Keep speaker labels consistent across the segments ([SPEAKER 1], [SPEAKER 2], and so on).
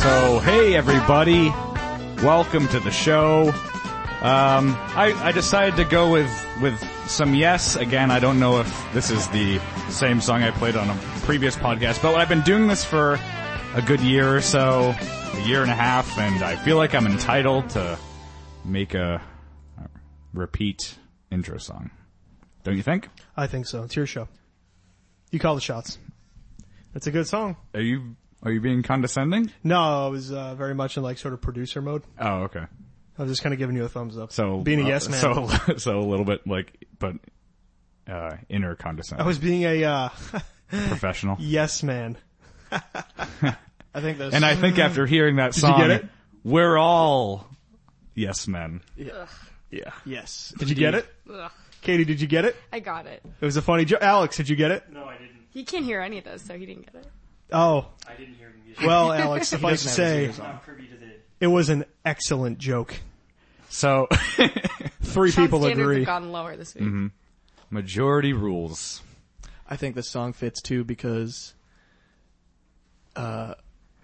[SPEAKER 1] So, hey everybody, welcome to the show. Um, I, I decided to go with with some yes. Again, I don't know if this is the same song I played on a previous podcast, but I've been doing this for a good year or so, a year and a half, and I feel like I'm entitled to make a uh, repeat intro song. Don't you think?
[SPEAKER 2] I think so. It's your show. You call the shots. It's a good song.
[SPEAKER 1] Are you are you being condescending?
[SPEAKER 2] No, I was uh, very much in like sort of producer mode.
[SPEAKER 1] Oh, okay.
[SPEAKER 2] I was just kind of giving you a thumbs up.
[SPEAKER 1] So
[SPEAKER 2] being a
[SPEAKER 1] uh,
[SPEAKER 2] yes man.
[SPEAKER 1] So so a little bit like, but uh, inner condescending,
[SPEAKER 3] Oh,
[SPEAKER 2] I was being a uh,
[SPEAKER 1] professional.
[SPEAKER 2] yes man. I think that's
[SPEAKER 1] And I think after hearing that
[SPEAKER 2] you
[SPEAKER 1] song,
[SPEAKER 2] get it?
[SPEAKER 1] we're all yes men.
[SPEAKER 3] Yeah.
[SPEAKER 2] yes. Did you get it? Katie, did you get it?
[SPEAKER 4] I got it.
[SPEAKER 2] It was a funny joke. Alex, did you get it?
[SPEAKER 5] No, I didn't.
[SPEAKER 4] He can't hear any of those, so he didn't get it.
[SPEAKER 2] Oh,
[SPEAKER 5] I didn't hear the music.
[SPEAKER 2] well, Alex, suffice to say,
[SPEAKER 5] I'm not privy to the.
[SPEAKER 2] it was an excellent joke.
[SPEAKER 1] So
[SPEAKER 2] Three
[SPEAKER 4] Sean's
[SPEAKER 2] people
[SPEAKER 4] standards
[SPEAKER 2] agree.
[SPEAKER 4] have gone lower this week.
[SPEAKER 1] Mm-hmm. majority rules.
[SPEAKER 3] I think this song fits too because, uh,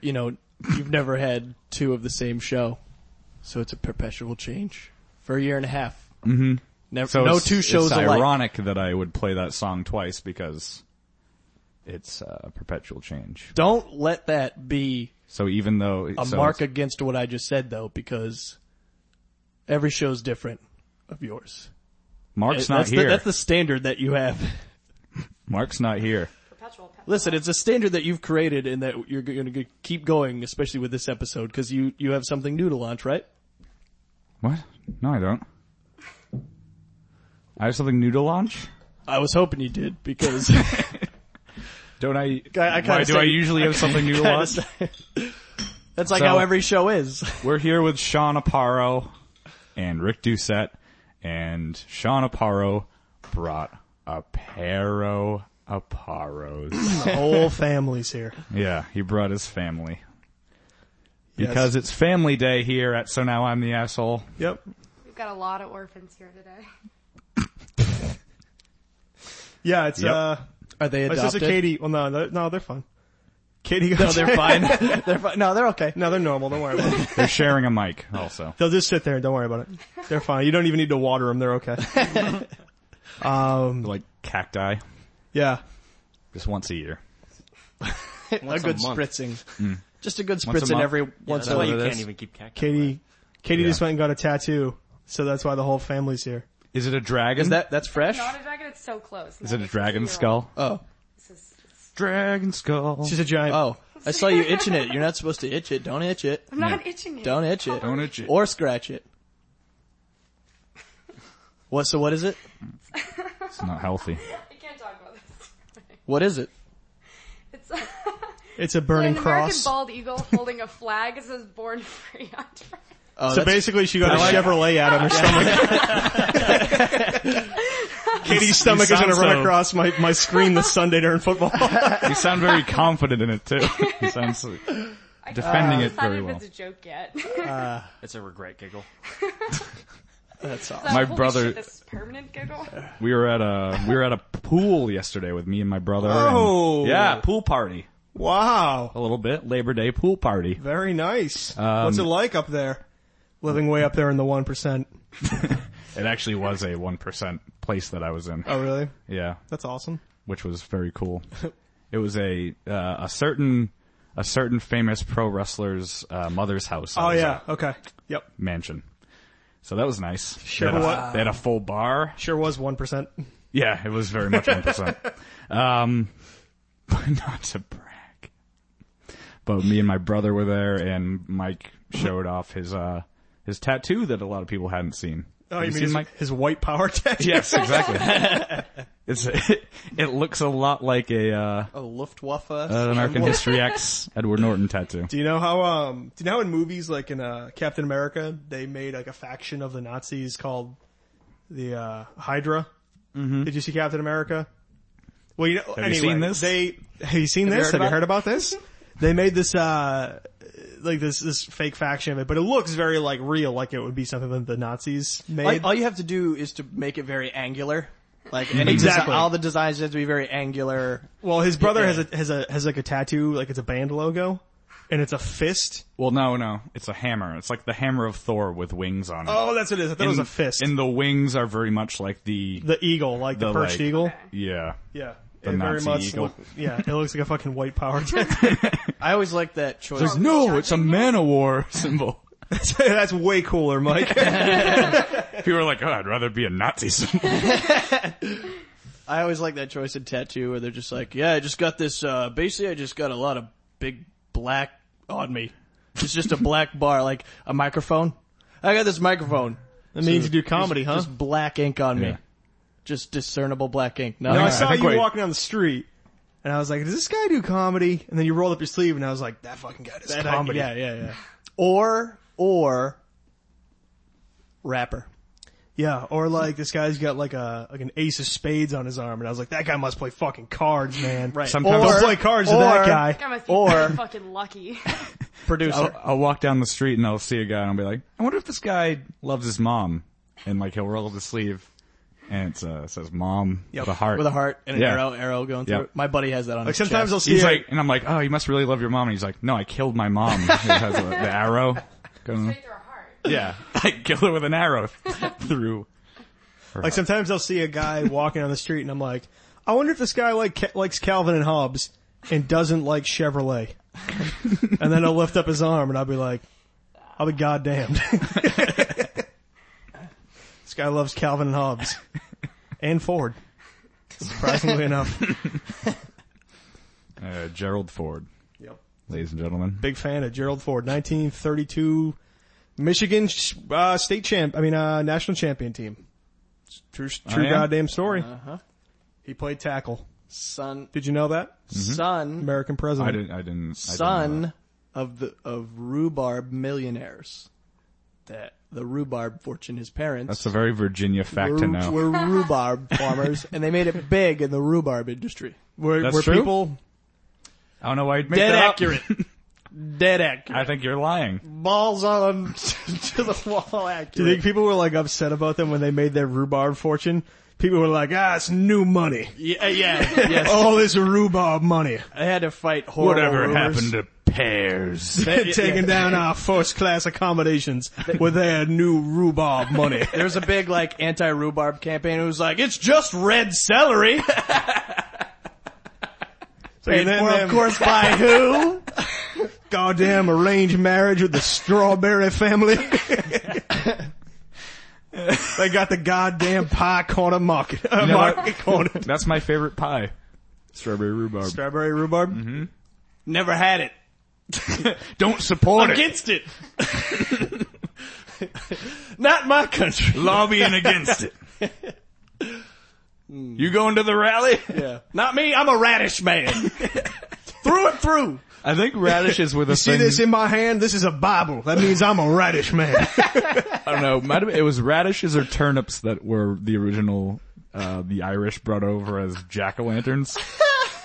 [SPEAKER 3] you know, you've never had two of the same show, so it's a perpetual change for a year and a half. Mm-hmm. Never,
[SPEAKER 1] So
[SPEAKER 3] no
[SPEAKER 1] it's-
[SPEAKER 3] two shows
[SPEAKER 1] It's
[SPEAKER 3] alike.
[SPEAKER 1] ironic that I would play that song twice because it's uh, perpetual change.
[SPEAKER 3] Don't let that be
[SPEAKER 1] So even though
[SPEAKER 3] a
[SPEAKER 1] so
[SPEAKER 3] mark
[SPEAKER 1] it's-
[SPEAKER 3] against what I just said, though, because every show's different of yours.
[SPEAKER 1] Mark's not
[SPEAKER 3] eh, that's,
[SPEAKER 1] here.
[SPEAKER 3] The, that's the standard that you have.
[SPEAKER 1] Mark's not here.
[SPEAKER 4] Perpetual pet.
[SPEAKER 3] Listen, it's a standard that you've created and that you're going to keep going, especially with this episode, because you you have something new to launch, right?
[SPEAKER 1] What? No, I don't. I have something new to launch.
[SPEAKER 3] I was hoping you did because
[SPEAKER 1] Don't I?
[SPEAKER 3] I kinda
[SPEAKER 1] why do I
[SPEAKER 3] said-
[SPEAKER 1] usually have something new to
[SPEAKER 3] kinda
[SPEAKER 1] launch?
[SPEAKER 3] said- that's like
[SPEAKER 1] So-
[SPEAKER 3] how every show is.
[SPEAKER 1] We're here with Sean Aparo and Rick Doucette, and Sean Aparo brought a paro aparos.
[SPEAKER 2] The whole family's here.
[SPEAKER 1] yeah, he brought his family.
[SPEAKER 2] Yes.
[SPEAKER 1] Because it's family day here at So Now I'm the Asshole.
[SPEAKER 2] Yep.
[SPEAKER 4] We've got a lot of orphans here today.
[SPEAKER 2] Yeah, it's
[SPEAKER 1] Yep.
[SPEAKER 2] uh
[SPEAKER 3] Are they
[SPEAKER 2] my sister
[SPEAKER 3] adopted?
[SPEAKER 2] Katie. Well, no, no, no, they're fine. Katie goes.
[SPEAKER 3] No, they're fine. they're fine. No, they're okay.
[SPEAKER 2] No, they're normal. Don't worry about it.
[SPEAKER 1] They're sharing a mic also.
[SPEAKER 2] They'll just sit there and don't worry about it. They're fine. You don't even need to water them. They're okay.
[SPEAKER 1] Like cacti.
[SPEAKER 2] Yeah.
[SPEAKER 1] Just once a year.
[SPEAKER 3] a good
[SPEAKER 5] month.
[SPEAKER 3] spritzing. Just a good
[SPEAKER 1] Once a
[SPEAKER 3] spritzing
[SPEAKER 1] month?
[SPEAKER 3] every once in
[SPEAKER 5] That's
[SPEAKER 3] a
[SPEAKER 5] why
[SPEAKER 3] while.
[SPEAKER 5] you
[SPEAKER 1] it
[SPEAKER 5] can't
[SPEAKER 1] is.
[SPEAKER 5] even keep cacti.
[SPEAKER 2] Katie, Katie
[SPEAKER 1] Yeah.
[SPEAKER 2] just went and got a tattoo, so that's why the whole family's here.
[SPEAKER 1] Is it a dragon?
[SPEAKER 3] Is that that's fresh?
[SPEAKER 4] Not a dragon, it's so close.
[SPEAKER 1] Is it a dragon skull?
[SPEAKER 3] Oh,
[SPEAKER 4] This is, it's-
[SPEAKER 1] Dragon skull.
[SPEAKER 2] She's a giant.
[SPEAKER 3] oh! I saw you itching it. You're not supposed to itch it. Don't itch it.
[SPEAKER 4] I'm not itching it.
[SPEAKER 3] Don't itch it.
[SPEAKER 1] Don't itch it.
[SPEAKER 3] Or scratch it. What? So what is it?
[SPEAKER 1] It's not healthy.
[SPEAKER 4] I can't talk about this.
[SPEAKER 3] What is it?
[SPEAKER 4] It's, it's
[SPEAKER 2] it's a
[SPEAKER 4] an
[SPEAKER 2] burning
[SPEAKER 4] American
[SPEAKER 2] cross.
[SPEAKER 4] bald eagle holding a flag that says born free on Friday.
[SPEAKER 3] Oh,
[SPEAKER 2] So
[SPEAKER 3] that's-
[SPEAKER 2] basically, she got a Chevrolet out on her stomach. Katie's stomach is
[SPEAKER 1] sound
[SPEAKER 2] going to run
[SPEAKER 1] so-
[SPEAKER 2] across my, my screen this Sunday during football.
[SPEAKER 1] You sound very confident in it too. You sound so-
[SPEAKER 4] I can't
[SPEAKER 1] defending it
[SPEAKER 4] decide
[SPEAKER 1] very
[SPEAKER 4] if
[SPEAKER 1] well.
[SPEAKER 4] it's a joke yet.
[SPEAKER 5] It's a regret giggle.
[SPEAKER 3] that's all.
[SPEAKER 1] my
[SPEAKER 4] Holy
[SPEAKER 1] brother-
[SPEAKER 4] shit, this is permanent giggle.
[SPEAKER 1] We were at a we were at a pool yesterday with me and my brother. and-
[SPEAKER 2] Oh.
[SPEAKER 1] yeah, pool party.
[SPEAKER 2] wow.
[SPEAKER 1] A little bit Labor Day pool party.
[SPEAKER 2] Very nice. What's it like up there? Living way up there in the 1%.
[SPEAKER 1] It actually was a one percent place that I was in.
[SPEAKER 2] Oh, really?
[SPEAKER 1] Yeah,
[SPEAKER 2] That's awesome.
[SPEAKER 1] which was very cool. It was a uh, a certain a certain famous pro wrestler's uh, mother's house. I
[SPEAKER 2] Oh,
[SPEAKER 1] was
[SPEAKER 2] yeah.
[SPEAKER 1] at,
[SPEAKER 2] Okay. Yep.
[SPEAKER 1] mansion. So that was nice.
[SPEAKER 2] Sure
[SPEAKER 1] They had a-
[SPEAKER 2] wa-
[SPEAKER 1] they had a full bar.
[SPEAKER 2] Sure was 1%.
[SPEAKER 1] Yeah, it was very much 1%. um, but not to brag. But me and my brother were there and Mike showed off his, uh, his tattoo that a lot of people hadn't seen.
[SPEAKER 2] Oh,
[SPEAKER 1] Have
[SPEAKER 2] you mean
[SPEAKER 1] seen
[SPEAKER 2] his,
[SPEAKER 1] Mike?
[SPEAKER 2] his white power tattoo?
[SPEAKER 1] Yes, exactly. it's, it looks a lot like a, uh,
[SPEAKER 3] A Luftwaffe.
[SPEAKER 1] an American History X Edward Norton tattoo.
[SPEAKER 2] Do you know how um do you know how in movies like in uh Captain America they made like a faction of the Nazis called the uh Hydra? Mm-hmm. Did you see Captain America? Well, you know,
[SPEAKER 1] you
[SPEAKER 2] anyway,
[SPEAKER 1] seen this?
[SPEAKER 2] they have you seen this? have
[SPEAKER 3] heard
[SPEAKER 2] you
[SPEAKER 3] about
[SPEAKER 2] heard about this? they made this uh like this this fake faction of it, but it looks very like real, like it would be something that the Nazis made.
[SPEAKER 3] All, all you have to do is to make it very angular. Like any
[SPEAKER 2] Exactly.
[SPEAKER 3] desi- all the designs have to be very angular.
[SPEAKER 2] well, his brother
[SPEAKER 3] Yeah.
[SPEAKER 2] has a has a has like a tattoo, like it's a band logo. and it's a fist.
[SPEAKER 1] Well, no, no, it's a hammer. It's like the hammer of Thor with wings on it.
[SPEAKER 2] Oh, that's what it is. I thought it was a fist.
[SPEAKER 1] And the wings are very much like the
[SPEAKER 2] the eagle, like the,
[SPEAKER 1] The,
[SPEAKER 2] perched
[SPEAKER 1] like-
[SPEAKER 2] eagle.
[SPEAKER 1] yeah.
[SPEAKER 2] Yeah.
[SPEAKER 1] The
[SPEAKER 2] it very
[SPEAKER 1] Nazi
[SPEAKER 2] much
[SPEAKER 1] eagle.
[SPEAKER 2] Look, yeah, it looks like a fucking white power tech.
[SPEAKER 3] I always like that choice.
[SPEAKER 1] There's no, Oh, it's a man o' war symbol.
[SPEAKER 2] That's way cooler, Mike.
[SPEAKER 1] People are like, oh, I'd rather be a Nazi symbol.
[SPEAKER 3] I always like that choice in tattoo where they're just like, yeah, I just got this, uh, basically I just got a lot of big black on me. It's just a black bar, like a microphone. I got this microphone.
[SPEAKER 2] That means you do
[SPEAKER 3] Just-
[SPEAKER 2] comedy, huh?
[SPEAKER 3] Just black ink on
[SPEAKER 1] Yeah.
[SPEAKER 3] me. Just discernible black ink. No,
[SPEAKER 2] No, I
[SPEAKER 1] Yeah, I
[SPEAKER 2] saw
[SPEAKER 1] think
[SPEAKER 2] you
[SPEAKER 1] wait.
[SPEAKER 2] walking down the street, and I was like, "Does this guy do comedy?" And then you rolled up your sleeve, and I was like, "That fucking guy does
[SPEAKER 3] that I-
[SPEAKER 2] comedy."
[SPEAKER 3] yeah, yeah, yeah. Or, or, rapper.
[SPEAKER 2] Yeah, or like this guy's got like a like an ace of spades on his arm, and I was like, "That guy must play fucking cards, man." right.
[SPEAKER 1] Sometimes-
[SPEAKER 2] Don't
[SPEAKER 1] Or-
[SPEAKER 2] play cards to that
[SPEAKER 3] or-
[SPEAKER 2] guy.
[SPEAKER 4] I must be
[SPEAKER 3] Or-
[SPEAKER 4] fucking lucky.
[SPEAKER 3] Producer.
[SPEAKER 1] I'll, I'll walk down the street and I'll see a guy and I'll be like, I wonder if this guy loves his mom. And like he'll roll up his sleeve and it's, uh, it says mom with a heart.
[SPEAKER 3] With a heart and an
[SPEAKER 1] Yeah.
[SPEAKER 3] arrow, arrow going through
[SPEAKER 1] Yep.
[SPEAKER 3] it. My buddy has that on
[SPEAKER 2] Like
[SPEAKER 3] his
[SPEAKER 2] sometimes
[SPEAKER 3] chest.
[SPEAKER 2] I'll see
[SPEAKER 1] He's
[SPEAKER 2] a-
[SPEAKER 1] like, and I'm like, oh, you must really love your mom. And he's like, no, I killed my mom. It has the, the arrow. going-
[SPEAKER 4] Straight through a heart.
[SPEAKER 1] yeah, I killed her with an arrow through. her
[SPEAKER 2] Like
[SPEAKER 1] heart.
[SPEAKER 2] sometimes I'll see a guy walking on the street, and I'm like, I wonder if this guy like ca- likes Calvin and Hobbes and doesn't like Chevrolet. and then I'll lift up his arm, and I'll be like, I'll be goddamned. this guy loves Calvin and Hobbes and Ford. Surprisingly enough,
[SPEAKER 1] uh, Gerald Ford,
[SPEAKER 2] yep.
[SPEAKER 1] ladies and gentlemen.
[SPEAKER 2] big fan of Gerald Ford, 1932 Michigan uh, state champ. I mean, uh, national champion team. True, true
[SPEAKER 1] yeah?
[SPEAKER 2] goddamn story. He played tackle.
[SPEAKER 3] son,
[SPEAKER 2] Did you know that?
[SPEAKER 3] Mm-hmm. son,
[SPEAKER 2] American president.
[SPEAKER 1] I didn't. I didn't. I didn't know
[SPEAKER 3] son of the of rhubarb millionaires. That the rhubarb fortune his parents
[SPEAKER 1] That's a very Virginia fact
[SPEAKER 3] were,
[SPEAKER 1] to know.
[SPEAKER 3] were rhubarb farmers, and they made it big in the rhubarb industry.
[SPEAKER 2] Were,
[SPEAKER 1] That's
[SPEAKER 2] were
[SPEAKER 1] true?
[SPEAKER 2] people
[SPEAKER 1] I don't know why you'd make
[SPEAKER 3] Dead
[SPEAKER 1] that up.
[SPEAKER 3] accurate. Dead accurate.
[SPEAKER 1] I think you're lying.
[SPEAKER 3] Balls on to the wall accurate.
[SPEAKER 2] do you think people were like upset about them when they made their rhubarb fortune? People were like, ah, it's new money.
[SPEAKER 3] yeah, yeah, yes.
[SPEAKER 1] Oh.
[SPEAKER 2] All this rhubarb money.
[SPEAKER 3] I had to fight horrible rumors.
[SPEAKER 1] to pears?
[SPEAKER 3] They-
[SPEAKER 2] Taking
[SPEAKER 3] yeah.
[SPEAKER 2] down our first class accommodations with their new rhubarb money.
[SPEAKER 3] There was a big like anti rhubarb campaign. It was like it's just red celery. Paid
[SPEAKER 2] And then
[SPEAKER 3] for,
[SPEAKER 2] them
[SPEAKER 3] of course, by who?
[SPEAKER 2] Goddamn arranged marriage with the strawberry family. they got the goddamn pie corner market. Uh,
[SPEAKER 1] know what?
[SPEAKER 2] market corner.
[SPEAKER 1] That's my favorite pie. Strawberry rhubarb.
[SPEAKER 2] Strawberry rhubarb.
[SPEAKER 3] Never had it.
[SPEAKER 1] don't support
[SPEAKER 3] Against it. Not my country.
[SPEAKER 1] Lobbying against it. You going to the rally?
[SPEAKER 3] Yeah. Not me. I'm a radish man. through and through.
[SPEAKER 1] I think radishes were the
[SPEAKER 2] See
[SPEAKER 1] thing.
[SPEAKER 2] this in my hand? This is a Bible. That means I'm a radish man.
[SPEAKER 1] I don't know. Might have, it was radishes or turnips that were the original. Uh, the Irish brought over as jack o' lanterns.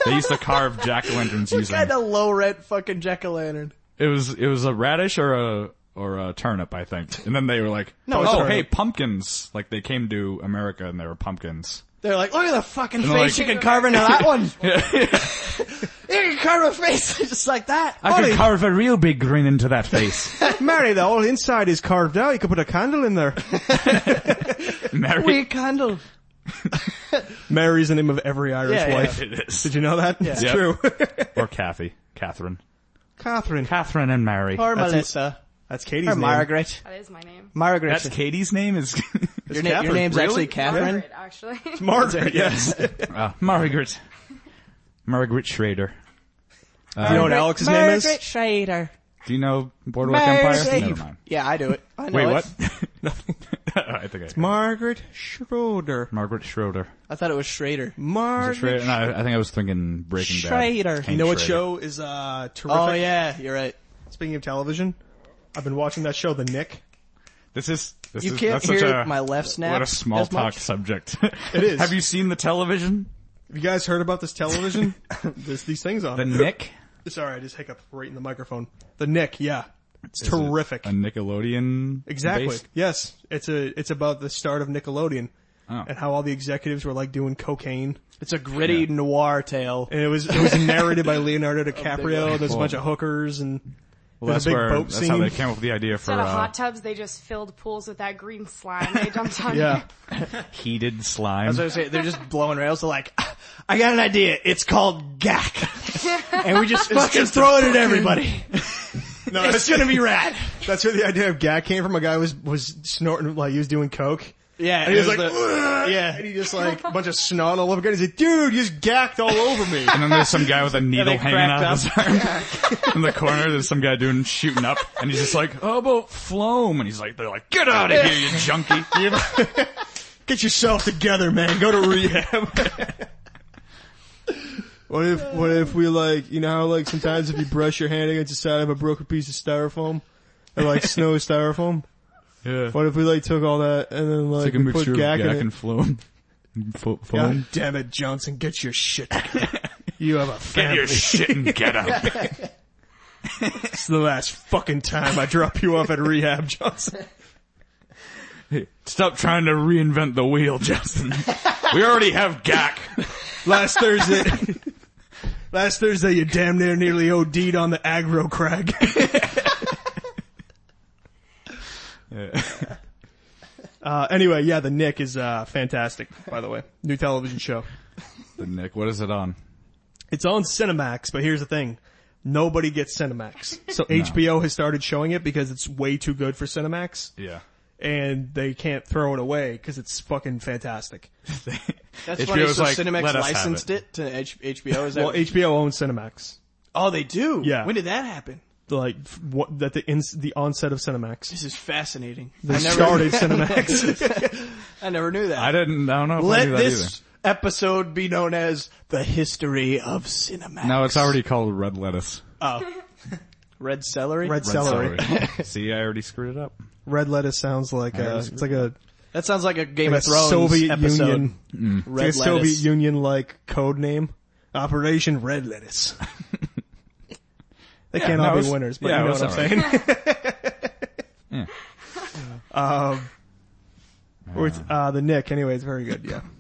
[SPEAKER 1] they used to carve jack o' lanterns using.
[SPEAKER 3] Kind of low rent fucking jack o' lantern.
[SPEAKER 1] It was it was a radish or a or a turnip, I think. And then they were like,
[SPEAKER 3] No, it's a
[SPEAKER 1] oh
[SPEAKER 3] turnip.
[SPEAKER 1] hey, pumpkins!" Like they came to America and they were pumpkins.
[SPEAKER 3] They're like, look at the fucking
[SPEAKER 1] they're like-
[SPEAKER 3] face you can carve into that one. You can carve a face just like that.
[SPEAKER 1] I
[SPEAKER 3] Buddy,
[SPEAKER 1] could carve a real big grin into that face.
[SPEAKER 2] Mary, the whole inside is carved out. You could put a candle in there.
[SPEAKER 1] Mary,
[SPEAKER 3] we candle.
[SPEAKER 2] Mary's the name of every Irish
[SPEAKER 3] Yeah, yeah.
[SPEAKER 2] wife.
[SPEAKER 1] it
[SPEAKER 2] Did
[SPEAKER 1] is.
[SPEAKER 2] you know that? It's
[SPEAKER 1] Yep.
[SPEAKER 2] true.
[SPEAKER 1] or Kathy, Catherine,
[SPEAKER 2] Catherine.
[SPEAKER 1] Catherine and Mary.
[SPEAKER 3] Or
[SPEAKER 2] That's-
[SPEAKER 3] Melissa.
[SPEAKER 2] That's Katie's
[SPEAKER 3] Or
[SPEAKER 2] name.
[SPEAKER 3] Margaret.
[SPEAKER 4] That is my name.
[SPEAKER 3] Margaret.
[SPEAKER 1] That's Katie's name is
[SPEAKER 3] your, na- your
[SPEAKER 2] Catherine.
[SPEAKER 3] name's
[SPEAKER 1] Really?
[SPEAKER 3] actually Catherine.
[SPEAKER 4] Margaret, actually.
[SPEAKER 2] Margaret, yes.
[SPEAKER 1] uh, Margaret. Margaret Schrader.
[SPEAKER 2] you know what Alex's name is?
[SPEAKER 3] Schrader.
[SPEAKER 1] Do you know Boardwalk Empire? Never mind.
[SPEAKER 3] Yeah, I do it. I know
[SPEAKER 1] Wait,
[SPEAKER 3] it.
[SPEAKER 1] what? Nothing. I think I
[SPEAKER 2] Margaret Schroeder.
[SPEAKER 1] Margaret Schroeder.
[SPEAKER 3] I thought it was Schrader.
[SPEAKER 2] Margaret.
[SPEAKER 1] Schrader. No, I, I think I was thinking Breaking
[SPEAKER 3] Schrader.
[SPEAKER 1] Bad.
[SPEAKER 3] You
[SPEAKER 2] You know what
[SPEAKER 1] Schrader.
[SPEAKER 2] show is uh terrific?
[SPEAKER 3] Oh yeah, you're right.
[SPEAKER 2] Speaking of television, I've been watching that show, The Nick.
[SPEAKER 1] This is this
[SPEAKER 3] You
[SPEAKER 1] is,
[SPEAKER 3] can't
[SPEAKER 1] that's
[SPEAKER 3] hear
[SPEAKER 1] such a,
[SPEAKER 3] my left snap.
[SPEAKER 1] What a small
[SPEAKER 3] as
[SPEAKER 1] talk
[SPEAKER 3] much.
[SPEAKER 1] subject.
[SPEAKER 2] It is.
[SPEAKER 1] Have you seen the television?
[SPEAKER 2] Have you guys heard about this television? There's these things on.
[SPEAKER 1] The
[SPEAKER 2] it.
[SPEAKER 1] Nick?
[SPEAKER 2] Sorry, I just hiccuped right in the microphone. The Nick, yeah, it's terrific.
[SPEAKER 1] A Nickelodeon.
[SPEAKER 2] exactly.
[SPEAKER 1] based-
[SPEAKER 2] Yes, it's a it's about the start of Nickelodeon.
[SPEAKER 1] Oh.
[SPEAKER 2] and how all the executives were like doing cocaine.
[SPEAKER 3] It's a gritty noir tale.
[SPEAKER 2] And it was it was narrated by Leonardo DiCaprio. There's a
[SPEAKER 1] Cool.
[SPEAKER 2] bunch of hookers and
[SPEAKER 1] Well,
[SPEAKER 2] there's
[SPEAKER 1] that's
[SPEAKER 2] a big
[SPEAKER 1] where
[SPEAKER 2] boat
[SPEAKER 1] that's
[SPEAKER 2] scene.
[SPEAKER 1] how they came up with the idea for
[SPEAKER 4] Instead of
[SPEAKER 1] uh,
[SPEAKER 4] hot tubs, they just filled pools with that green slime they dumped on
[SPEAKER 2] yeah,
[SPEAKER 4] you.
[SPEAKER 1] heated slime.
[SPEAKER 3] That's what I was saying. They're just blowing rails. They're like, "Ah, I got an idea. It's called GAC. and we just fucking throw it at everybody.
[SPEAKER 2] no,
[SPEAKER 3] It's
[SPEAKER 2] that's,
[SPEAKER 3] gonna be rad.
[SPEAKER 2] that's where the idea of gag came from. A guy was was snorting like he was doing coke.
[SPEAKER 3] Yeah.
[SPEAKER 2] And he was
[SPEAKER 3] it
[SPEAKER 2] like, "Ugh,"
[SPEAKER 3] yeah.
[SPEAKER 2] and he just like a bunch of snot all over. again. He's like, dude, you just gacked all over me.
[SPEAKER 1] and then there's some guy with a needle
[SPEAKER 3] they
[SPEAKER 1] hanging
[SPEAKER 3] cracked
[SPEAKER 1] out of his arm in the corner. There's some guy doing shooting up, and he's just like, "How about Floam?" And he's like, "They're like, get out of here, you junkie!"
[SPEAKER 2] Get yourself together, man. Go to rehab. what if what if we like you know how like sometimes if you brush your hand against the side of a broken piece of styrofoam or like snow styrofoam?
[SPEAKER 1] yeah,
[SPEAKER 2] What if we like took all that and then like,
[SPEAKER 1] like a
[SPEAKER 2] we put
[SPEAKER 1] mixture of
[SPEAKER 2] gack in
[SPEAKER 1] Gak
[SPEAKER 2] it?
[SPEAKER 1] and Floam. Fo-
[SPEAKER 2] God
[SPEAKER 1] Floam.
[SPEAKER 2] damn it, Johnson, get your shit together. You have a
[SPEAKER 1] Get
[SPEAKER 2] family.
[SPEAKER 1] your shit and get out.
[SPEAKER 2] It's the last fucking time I drop you off at rehab, Johnson.
[SPEAKER 1] Stop trying to reinvent the wheel, Justin. we already have Gak.
[SPEAKER 2] Last Thursday, last Thursday you damn near nearly OD'd on the aggro crag. Uh, anyway, yeah, the Nick is, uh, fantastic, by the way. New television show.
[SPEAKER 1] The Nick, what is it on?
[SPEAKER 2] It's on Cinemax, but here's the thing. Nobody gets Cinemax. So HBO has started showing it because it's way too good for Cinemax
[SPEAKER 1] Yeah.
[SPEAKER 2] and they can't throw it away because it's fucking fantastic.
[SPEAKER 3] That's
[SPEAKER 1] HBO's
[SPEAKER 3] funny. So
[SPEAKER 1] like,
[SPEAKER 3] Cinemax
[SPEAKER 1] "Let us have
[SPEAKER 3] licensed it. to H- HBO. Is that?
[SPEAKER 2] Well, HBO owns Cinemax.
[SPEAKER 3] oh, they do.
[SPEAKER 2] Yeah.
[SPEAKER 3] When did that happen?
[SPEAKER 2] Like f- what, that the ins the onset of Cinemax.
[SPEAKER 3] This is fascinating.
[SPEAKER 2] They
[SPEAKER 3] I never,
[SPEAKER 2] started Cinemax.
[SPEAKER 3] I never knew that.
[SPEAKER 1] I didn't, I don't know if I
[SPEAKER 3] Let
[SPEAKER 1] knew that
[SPEAKER 3] this episode be known as the history of Cinemax.
[SPEAKER 1] either. No, it's already called Red Lettuce.
[SPEAKER 3] red celery.
[SPEAKER 1] Red
[SPEAKER 2] Red celery.
[SPEAKER 1] celery. See, I already screwed it up.
[SPEAKER 2] Red lettuce sounds like a,
[SPEAKER 1] was-
[SPEAKER 2] it's like a,
[SPEAKER 3] That sounds like a Game
[SPEAKER 2] like a
[SPEAKER 3] of Thrones
[SPEAKER 2] Soviet
[SPEAKER 3] episode.
[SPEAKER 2] Union,
[SPEAKER 3] Red
[SPEAKER 2] it's like a
[SPEAKER 3] lettuce.
[SPEAKER 2] Soviet Union like code name. Operation Red Lettuce. they can't
[SPEAKER 1] no,
[SPEAKER 2] all be
[SPEAKER 1] it's-
[SPEAKER 2] winners, but
[SPEAKER 1] yeah,
[SPEAKER 2] you
[SPEAKER 1] it
[SPEAKER 2] know
[SPEAKER 1] was
[SPEAKER 2] what I'm
[SPEAKER 1] all
[SPEAKER 2] saying. Um, with, uh, the Nick, anyway, it's very good, yeah.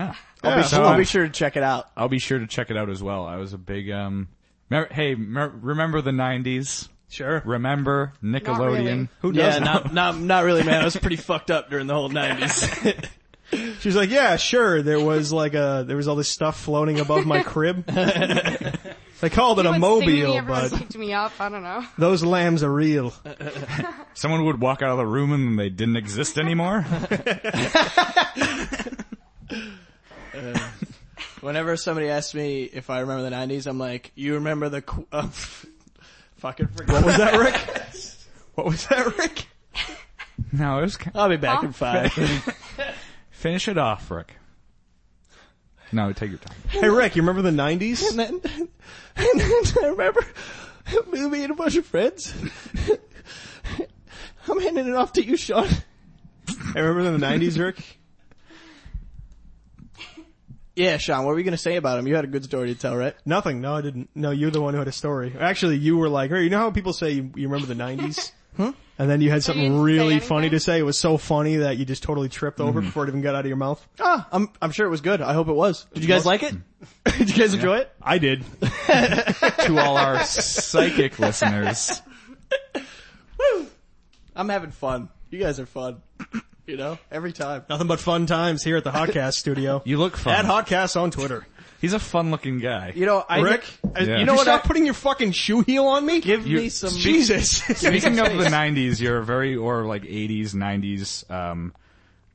[SPEAKER 1] Ah.
[SPEAKER 3] I'll, be
[SPEAKER 1] Yeah, so
[SPEAKER 3] sure, I'll
[SPEAKER 1] I'm-
[SPEAKER 3] be sure to check it out.
[SPEAKER 1] I'll be sure to check it out as well. I was a big um. Mer- hey, mer- remember the '90s?
[SPEAKER 2] Sure.
[SPEAKER 1] Remember Nickelodeon?
[SPEAKER 4] really.
[SPEAKER 1] Who
[SPEAKER 3] yeah, not, not not really, man. I was pretty fucked up during the whole nineties.
[SPEAKER 2] She's like, yeah, sure. There was like a, there was all this stuff floating above my crib. they called it a
[SPEAKER 4] Everyone singed me,
[SPEAKER 2] mobile,
[SPEAKER 4] everyone
[SPEAKER 2] but
[SPEAKER 4] picked me up. I don't know.
[SPEAKER 2] those lambs are real.
[SPEAKER 1] Someone would walk out of the room and they didn't exist anymore.
[SPEAKER 3] Whenever somebody asks me if I remember the nineties, I'm like, you remember the qu- uh, fucking forgot.
[SPEAKER 2] Was that Rick? What was that, Rick?
[SPEAKER 1] no, it was ki-
[SPEAKER 3] I'll be back in five.
[SPEAKER 1] finish it off, Rick. No, take your time.
[SPEAKER 2] Hey, Rick, you remember the 90s?
[SPEAKER 3] and then, and then I remember me and a bunch of friends. I'm handing it off to you, Sean.
[SPEAKER 2] I remember the 90s, Rick?
[SPEAKER 3] Yeah, Sean, what were you gonna say about him? You had a good story to tell, right?
[SPEAKER 2] Nothing. No, I didn't. No, you're the one who had a story. Actually, you were like, hey, you know how people say you, you remember the 90s? And then you had something
[SPEAKER 4] didn't say
[SPEAKER 2] really
[SPEAKER 4] anything.
[SPEAKER 2] funny to say. It was so funny that you just totally tripped over it
[SPEAKER 3] Mm-hmm.
[SPEAKER 2] before it even got out of your mouth.
[SPEAKER 3] Ah, I'm I'm sure it was good. I hope it was. Did you guys like it? Did you guys enjoy it?
[SPEAKER 2] I did.
[SPEAKER 1] to all our psychic listeners,
[SPEAKER 3] I'm having fun. You guys are fun. You know, every time.
[SPEAKER 2] Nothing but fun times here at the Hotcast studio.
[SPEAKER 1] you look fun.
[SPEAKER 2] At Hotcast on Twitter.
[SPEAKER 1] He's a fun-looking guy.
[SPEAKER 3] You know, I
[SPEAKER 2] Rick,
[SPEAKER 3] I-
[SPEAKER 1] Yeah.
[SPEAKER 3] you know
[SPEAKER 1] You
[SPEAKER 3] what?
[SPEAKER 2] Stop
[SPEAKER 3] I-
[SPEAKER 2] putting your fucking shoe heel on me.
[SPEAKER 3] give
[SPEAKER 1] you-
[SPEAKER 3] me some.
[SPEAKER 2] Jesus.
[SPEAKER 1] Speaking of the '90s, you're a very or like '80s, '90s um,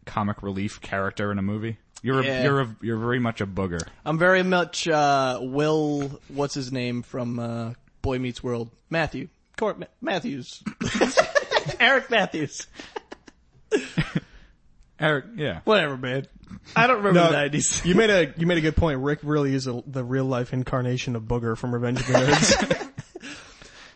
[SPEAKER 1] comic relief character in a movie. You're a,
[SPEAKER 3] Yeah.
[SPEAKER 1] you're a, you're very much a booger.
[SPEAKER 3] I'm very much uh, Will. What's his name from uh, Boy Meets World? Matthew. Court Ma- Matthews. Eric Matthews.
[SPEAKER 1] Eric, yeah.
[SPEAKER 3] Whatever, man. I don't remember
[SPEAKER 2] No,
[SPEAKER 3] the nineties.
[SPEAKER 2] you made a you made a good point. Rick really is a, the real life incarnation of Booger from Revenge of the Nerds.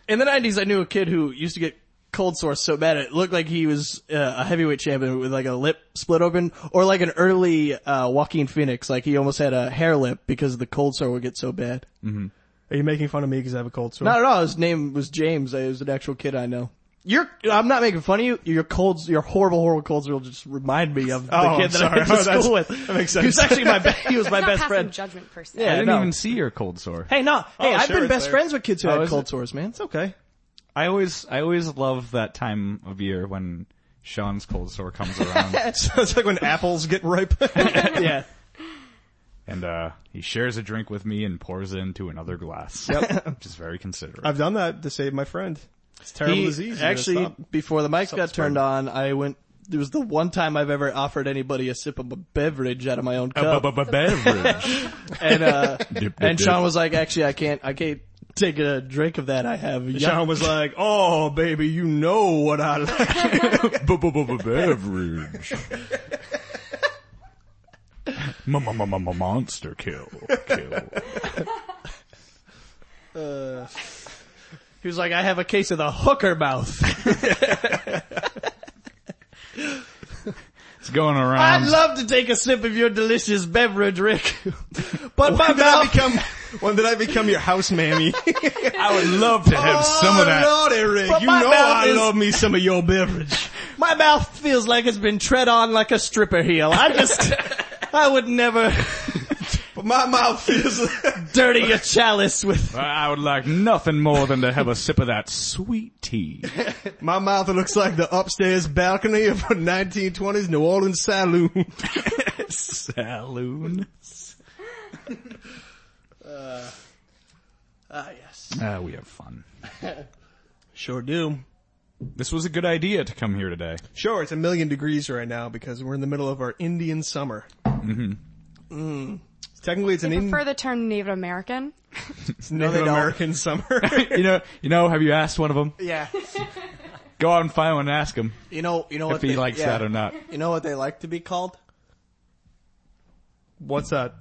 [SPEAKER 3] In the nineties, I knew a kid who used to get cold sores so bad it looked like he was uh, a heavyweight champion with like a lip split open, or like an early uh, Joaquin Phoenix. Like he almost had a hair lip because the cold sore would get so bad.
[SPEAKER 2] Are you making fun of me because I have a cold sore?
[SPEAKER 3] Not at all. His name was James. I was an actual kid I know. You're, I'm not making fun of you. Your colds, your horrible, horrible colds will just remind me of the
[SPEAKER 2] Oh, I'm
[SPEAKER 3] kid that I went
[SPEAKER 2] sorry. Oh,
[SPEAKER 3] to
[SPEAKER 2] that's-
[SPEAKER 3] school with.
[SPEAKER 2] that makes
[SPEAKER 3] He was
[SPEAKER 2] sense.
[SPEAKER 3] actually my, be- he was my
[SPEAKER 4] not
[SPEAKER 3] best
[SPEAKER 4] passing
[SPEAKER 3] friend.
[SPEAKER 4] Judgment per se.
[SPEAKER 1] I
[SPEAKER 3] Yeah.
[SPEAKER 1] didn't
[SPEAKER 3] no.
[SPEAKER 1] even see your cold sore.
[SPEAKER 3] Hey, no, hey,
[SPEAKER 2] Oh,
[SPEAKER 3] I've
[SPEAKER 2] sure,
[SPEAKER 3] been
[SPEAKER 2] it's
[SPEAKER 3] best
[SPEAKER 2] there.
[SPEAKER 3] friends with kids who
[SPEAKER 1] Oh,
[SPEAKER 3] had
[SPEAKER 1] is
[SPEAKER 3] cold
[SPEAKER 1] it?
[SPEAKER 3] sores, man.
[SPEAKER 1] It's okay. I always I always love that time of year when Sean's cold sore comes around
[SPEAKER 2] So it's like when apples get ripe.
[SPEAKER 3] yeah.
[SPEAKER 1] and uh he shares a drink with me and pours it into another glass. Which is very considerate.
[SPEAKER 2] I've done that to save my friend. It's a terrible
[SPEAKER 3] He-
[SPEAKER 2] disease. You gotta
[SPEAKER 3] actually,
[SPEAKER 2] stop.
[SPEAKER 3] before the mics got
[SPEAKER 2] Something's
[SPEAKER 3] turned on, I went, it was the one time I've ever offered anybody a sip of a beverage out of my own
[SPEAKER 1] A
[SPEAKER 3] cup.
[SPEAKER 1] bu- bu- bu- beverage.
[SPEAKER 3] and, uh,
[SPEAKER 1] Dip, dip,
[SPEAKER 3] and Sean
[SPEAKER 1] dip.
[SPEAKER 3] was like, actually, I can't, I can't take a drink of that. I have young,
[SPEAKER 2] Sean was like, "Oh, baby, you know what I like."
[SPEAKER 1] Bu- bu- bu- bu- beverage. M- m- m- m- Monster kill. Kill.
[SPEAKER 3] He was like, I have a case of the hooker mouth.
[SPEAKER 1] It's going around.
[SPEAKER 3] I'd love to take a sip of your delicious beverage, Rick. but my
[SPEAKER 2] When did I
[SPEAKER 3] mouth,
[SPEAKER 2] become? When did I become your house mammy?
[SPEAKER 1] I would love to have some of that.
[SPEAKER 2] Oh, Lordy, Rick,
[SPEAKER 3] But
[SPEAKER 2] you
[SPEAKER 3] my
[SPEAKER 2] know
[SPEAKER 3] mouth
[SPEAKER 2] I
[SPEAKER 3] is-
[SPEAKER 2] love me some of your beverage.
[SPEAKER 3] my mouth feels like it's been tread on like a stripper heel. I just, I would never
[SPEAKER 2] But my mouth is.
[SPEAKER 3] dirty your chalice with,
[SPEAKER 1] I would like nothing more than to have a sip of that sweet tea.
[SPEAKER 2] My mouth looks like the upstairs balcony of a 1920s New Orleans saloon.
[SPEAKER 1] Saloon.
[SPEAKER 3] Uh, ah yes.
[SPEAKER 1] Ah, we have fun.
[SPEAKER 2] Sure do.
[SPEAKER 1] This was a good idea to come here today.
[SPEAKER 2] Sure, it's a million degrees right now because we're in the middle of our Indian summer. Mm-hmm. Technically, it's an
[SPEAKER 4] I
[SPEAKER 2] Indian
[SPEAKER 4] prefer the term Native American.
[SPEAKER 2] Native
[SPEAKER 3] don't.
[SPEAKER 2] American summer.
[SPEAKER 1] You know, you know. Have you asked one of them?
[SPEAKER 3] Yeah.
[SPEAKER 1] Go out and find one and ask him
[SPEAKER 3] You know, you know
[SPEAKER 1] if
[SPEAKER 3] what
[SPEAKER 1] he
[SPEAKER 3] they,
[SPEAKER 1] likes
[SPEAKER 3] yeah.
[SPEAKER 1] that or not.
[SPEAKER 3] You know what they like to be called?
[SPEAKER 2] What's that?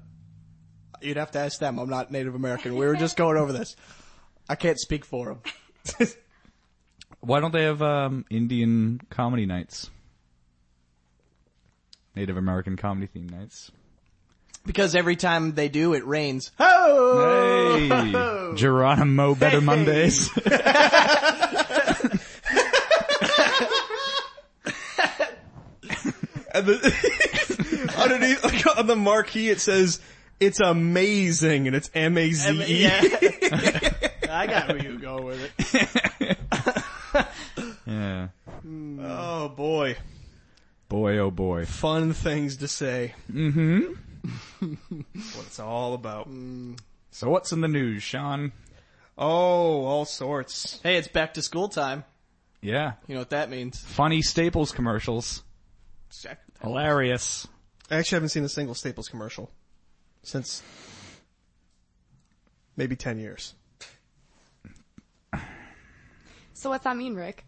[SPEAKER 3] You'd have to ask them. I'm not Native American. We were just going over this. I can't speak for them.
[SPEAKER 1] Why don't they have um, Indian comedy nights? Native American comedy theme nights.
[SPEAKER 3] Because every time they do, it rains. Oh!
[SPEAKER 1] Hey, Geronimo Better Mondays.
[SPEAKER 2] And the- underneath like, on the marquee, it says it's amazing, and it's M A Z E.
[SPEAKER 3] Yeah. I got where you go with it.
[SPEAKER 1] yeah.
[SPEAKER 2] Oh boy,
[SPEAKER 1] Boy, oh boy.
[SPEAKER 2] fun things to say. Mm-hmm. what it's all about.
[SPEAKER 1] So what's in the news, Sean?
[SPEAKER 2] Oh, all sorts.
[SPEAKER 3] Hey, it's back to school time.
[SPEAKER 1] Yeah.
[SPEAKER 3] You know what that means.
[SPEAKER 1] Funny Staples commercials. Hilarious.
[SPEAKER 2] I actually haven't seen a single Staples commercial since maybe ten years.
[SPEAKER 4] So what's that mean, Rick?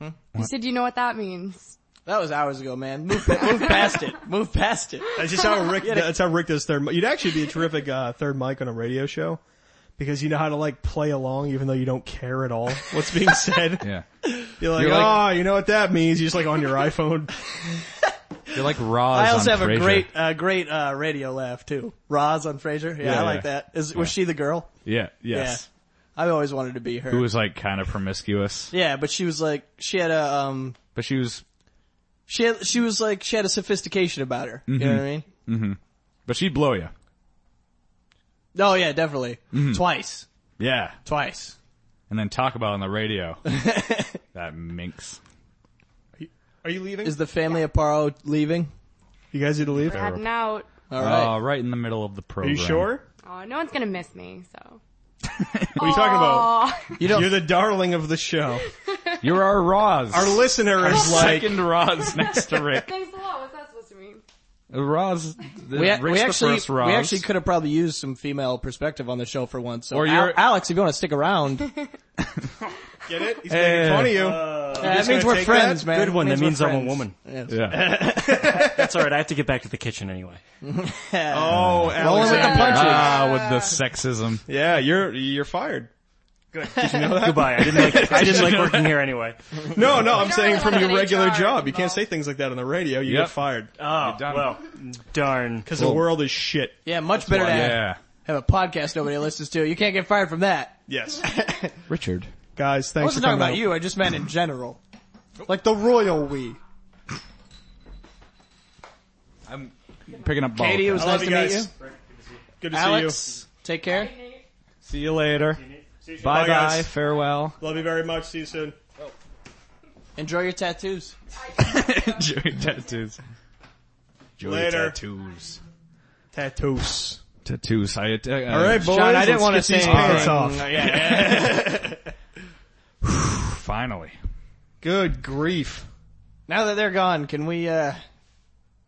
[SPEAKER 4] You said you know what that means.
[SPEAKER 3] That was hours ago, man. Move, move past it. Move past it.
[SPEAKER 2] That's just how Rick. That's how Rick does third. mi- You'd actually be a terrific uh, third mic on a radio show because you know how to like play along, even though you don't care at all what's being said.
[SPEAKER 1] Yeah.
[SPEAKER 2] You're like,
[SPEAKER 1] You're like-
[SPEAKER 2] oh, you know what that means? You're just like on your iPhone.
[SPEAKER 1] You're like Roz
[SPEAKER 3] I also
[SPEAKER 1] on
[SPEAKER 3] have a
[SPEAKER 1] Frasier.
[SPEAKER 3] great, uh, great, uh, radio laugh too. Roz on Frasier. Yeah,
[SPEAKER 1] Yeah,
[SPEAKER 3] I like
[SPEAKER 1] yeah.
[SPEAKER 3] that. Is, was she the girl?
[SPEAKER 1] Yeah, yes.
[SPEAKER 3] Yeah. I've always wanted to be her.
[SPEAKER 1] Who was like kind of promiscuous.
[SPEAKER 3] yeah, but she was like, she had a, um,
[SPEAKER 1] But she was,
[SPEAKER 3] she had, she was like, she had a sophistication about her. You know what I mean?
[SPEAKER 1] but she'd blow you.
[SPEAKER 3] Oh yeah, definitely. Twice.
[SPEAKER 1] Yeah.
[SPEAKER 3] Twice.
[SPEAKER 1] And then talk about it on the radio. that minx.
[SPEAKER 2] Are you leaving?
[SPEAKER 3] Is the family Aparo leaving?
[SPEAKER 2] you guys need to leave.
[SPEAKER 4] We're heading out.
[SPEAKER 3] Alright.
[SPEAKER 1] Oh, right in the middle of the
[SPEAKER 2] Are
[SPEAKER 1] program.
[SPEAKER 2] you sure?
[SPEAKER 4] Oh, no one's gonna miss me, so.
[SPEAKER 2] What are you talking about?
[SPEAKER 4] Aw.
[SPEAKER 3] you don't,
[SPEAKER 2] You're the darling of the show.
[SPEAKER 1] You're our Roz.
[SPEAKER 2] Our listener is like,
[SPEAKER 1] second Roz next to Rick.
[SPEAKER 4] Thanks a lot. What's that supposed to mean?
[SPEAKER 1] Roz, the,
[SPEAKER 3] we,
[SPEAKER 1] Rick's
[SPEAKER 3] we
[SPEAKER 1] the
[SPEAKER 3] actually,
[SPEAKER 1] first Roz.
[SPEAKER 3] we actually could have probably used some female perspective on the show for once. So
[SPEAKER 1] Or
[SPEAKER 3] Al-
[SPEAKER 1] you're-
[SPEAKER 3] Alex, if you want to stick around, that
[SPEAKER 2] get it? He's
[SPEAKER 1] Hey.
[SPEAKER 2] making fun of you.
[SPEAKER 1] Uh,
[SPEAKER 3] means
[SPEAKER 2] gonna
[SPEAKER 3] we're
[SPEAKER 2] take
[SPEAKER 3] friends,
[SPEAKER 2] that?
[SPEAKER 3] man.
[SPEAKER 2] Good one.
[SPEAKER 3] It
[SPEAKER 2] That means
[SPEAKER 3] we're
[SPEAKER 2] I'm a
[SPEAKER 3] friends.
[SPEAKER 2] woman.
[SPEAKER 3] Yes.
[SPEAKER 1] Yeah.
[SPEAKER 5] That's alright, I have to get back to the kitchen anyway.
[SPEAKER 2] oh,
[SPEAKER 3] Rolling with the
[SPEAKER 2] Alexander.
[SPEAKER 3] punches.
[SPEAKER 1] ah, with the sexism.
[SPEAKER 2] Yeah, you're you're fired.
[SPEAKER 5] Goodbye, I didn't like, I didn't like working here anyway.
[SPEAKER 2] No, no, I'm
[SPEAKER 4] don't
[SPEAKER 2] saying
[SPEAKER 4] really
[SPEAKER 2] from
[SPEAKER 4] have
[SPEAKER 2] your
[SPEAKER 4] an
[SPEAKER 2] regular
[SPEAKER 4] HR
[SPEAKER 2] job. You can't
[SPEAKER 4] involved.
[SPEAKER 2] say things like that on the radio. You
[SPEAKER 1] Yep.
[SPEAKER 2] get fired.
[SPEAKER 5] Oh,
[SPEAKER 1] done.
[SPEAKER 5] well, darn.
[SPEAKER 2] Because the world is shit.
[SPEAKER 3] yeah, much better to
[SPEAKER 1] Yeah.
[SPEAKER 3] have a podcast nobody listens to. You can't get fired from that.
[SPEAKER 2] Yes.
[SPEAKER 1] Richard.
[SPEAKER 2] guys, thanks
[SPEAKER 3] I wasn't
[SPEAKER 2] for
[SPEAKER 3] talking
[SPEAKER 2] coming
[SPEAKER 3] about
[SPEAKER 2] out. Oh,
[SPEAKER 3] you. I just meant in general.
[SPEAKER 2] Like the royal we.
[SPEAKER 1] Picking up ball.
[SPEAKER 3] Katie, it was nice to meet you.
[SPEAKER 2] Good to
[SPEAKER 3] Alex, take care.
[SPEAKER 1] See you later.
[SPEAKER 2] see you.
[SPEAKER 1] Bye bye. Farewell.
[SPEAKER 2] Love you very much. See you soon.
[SPEAKER 3] Enjoy your tattoos.
[SPEAKER 1] Joey tattoos. Joey
[SPEAKER 2] Later.
[SPEAKER 1] tattoos.
[SPEAKER 2] Tattoos.
[SPEAKER 1] Tattoos. I, uh,
[SPEAKER 2] All right, boys.
[SPEAKER 3] John, I didn't
[SPEAKER 2] let's
[SPEAKER 3] wanna
[SPEAKER 2] get
[SPEAKER 3] say uh,
[SPEAKER 2] these pants
[SPEAKER 3] anything.
[SPEAKER 2] off.
[SPEAKER 1] Uh, Finally.
[SPEAKER 2] Good grief.
[SPEAKER 3] Now that they're gone, can we uh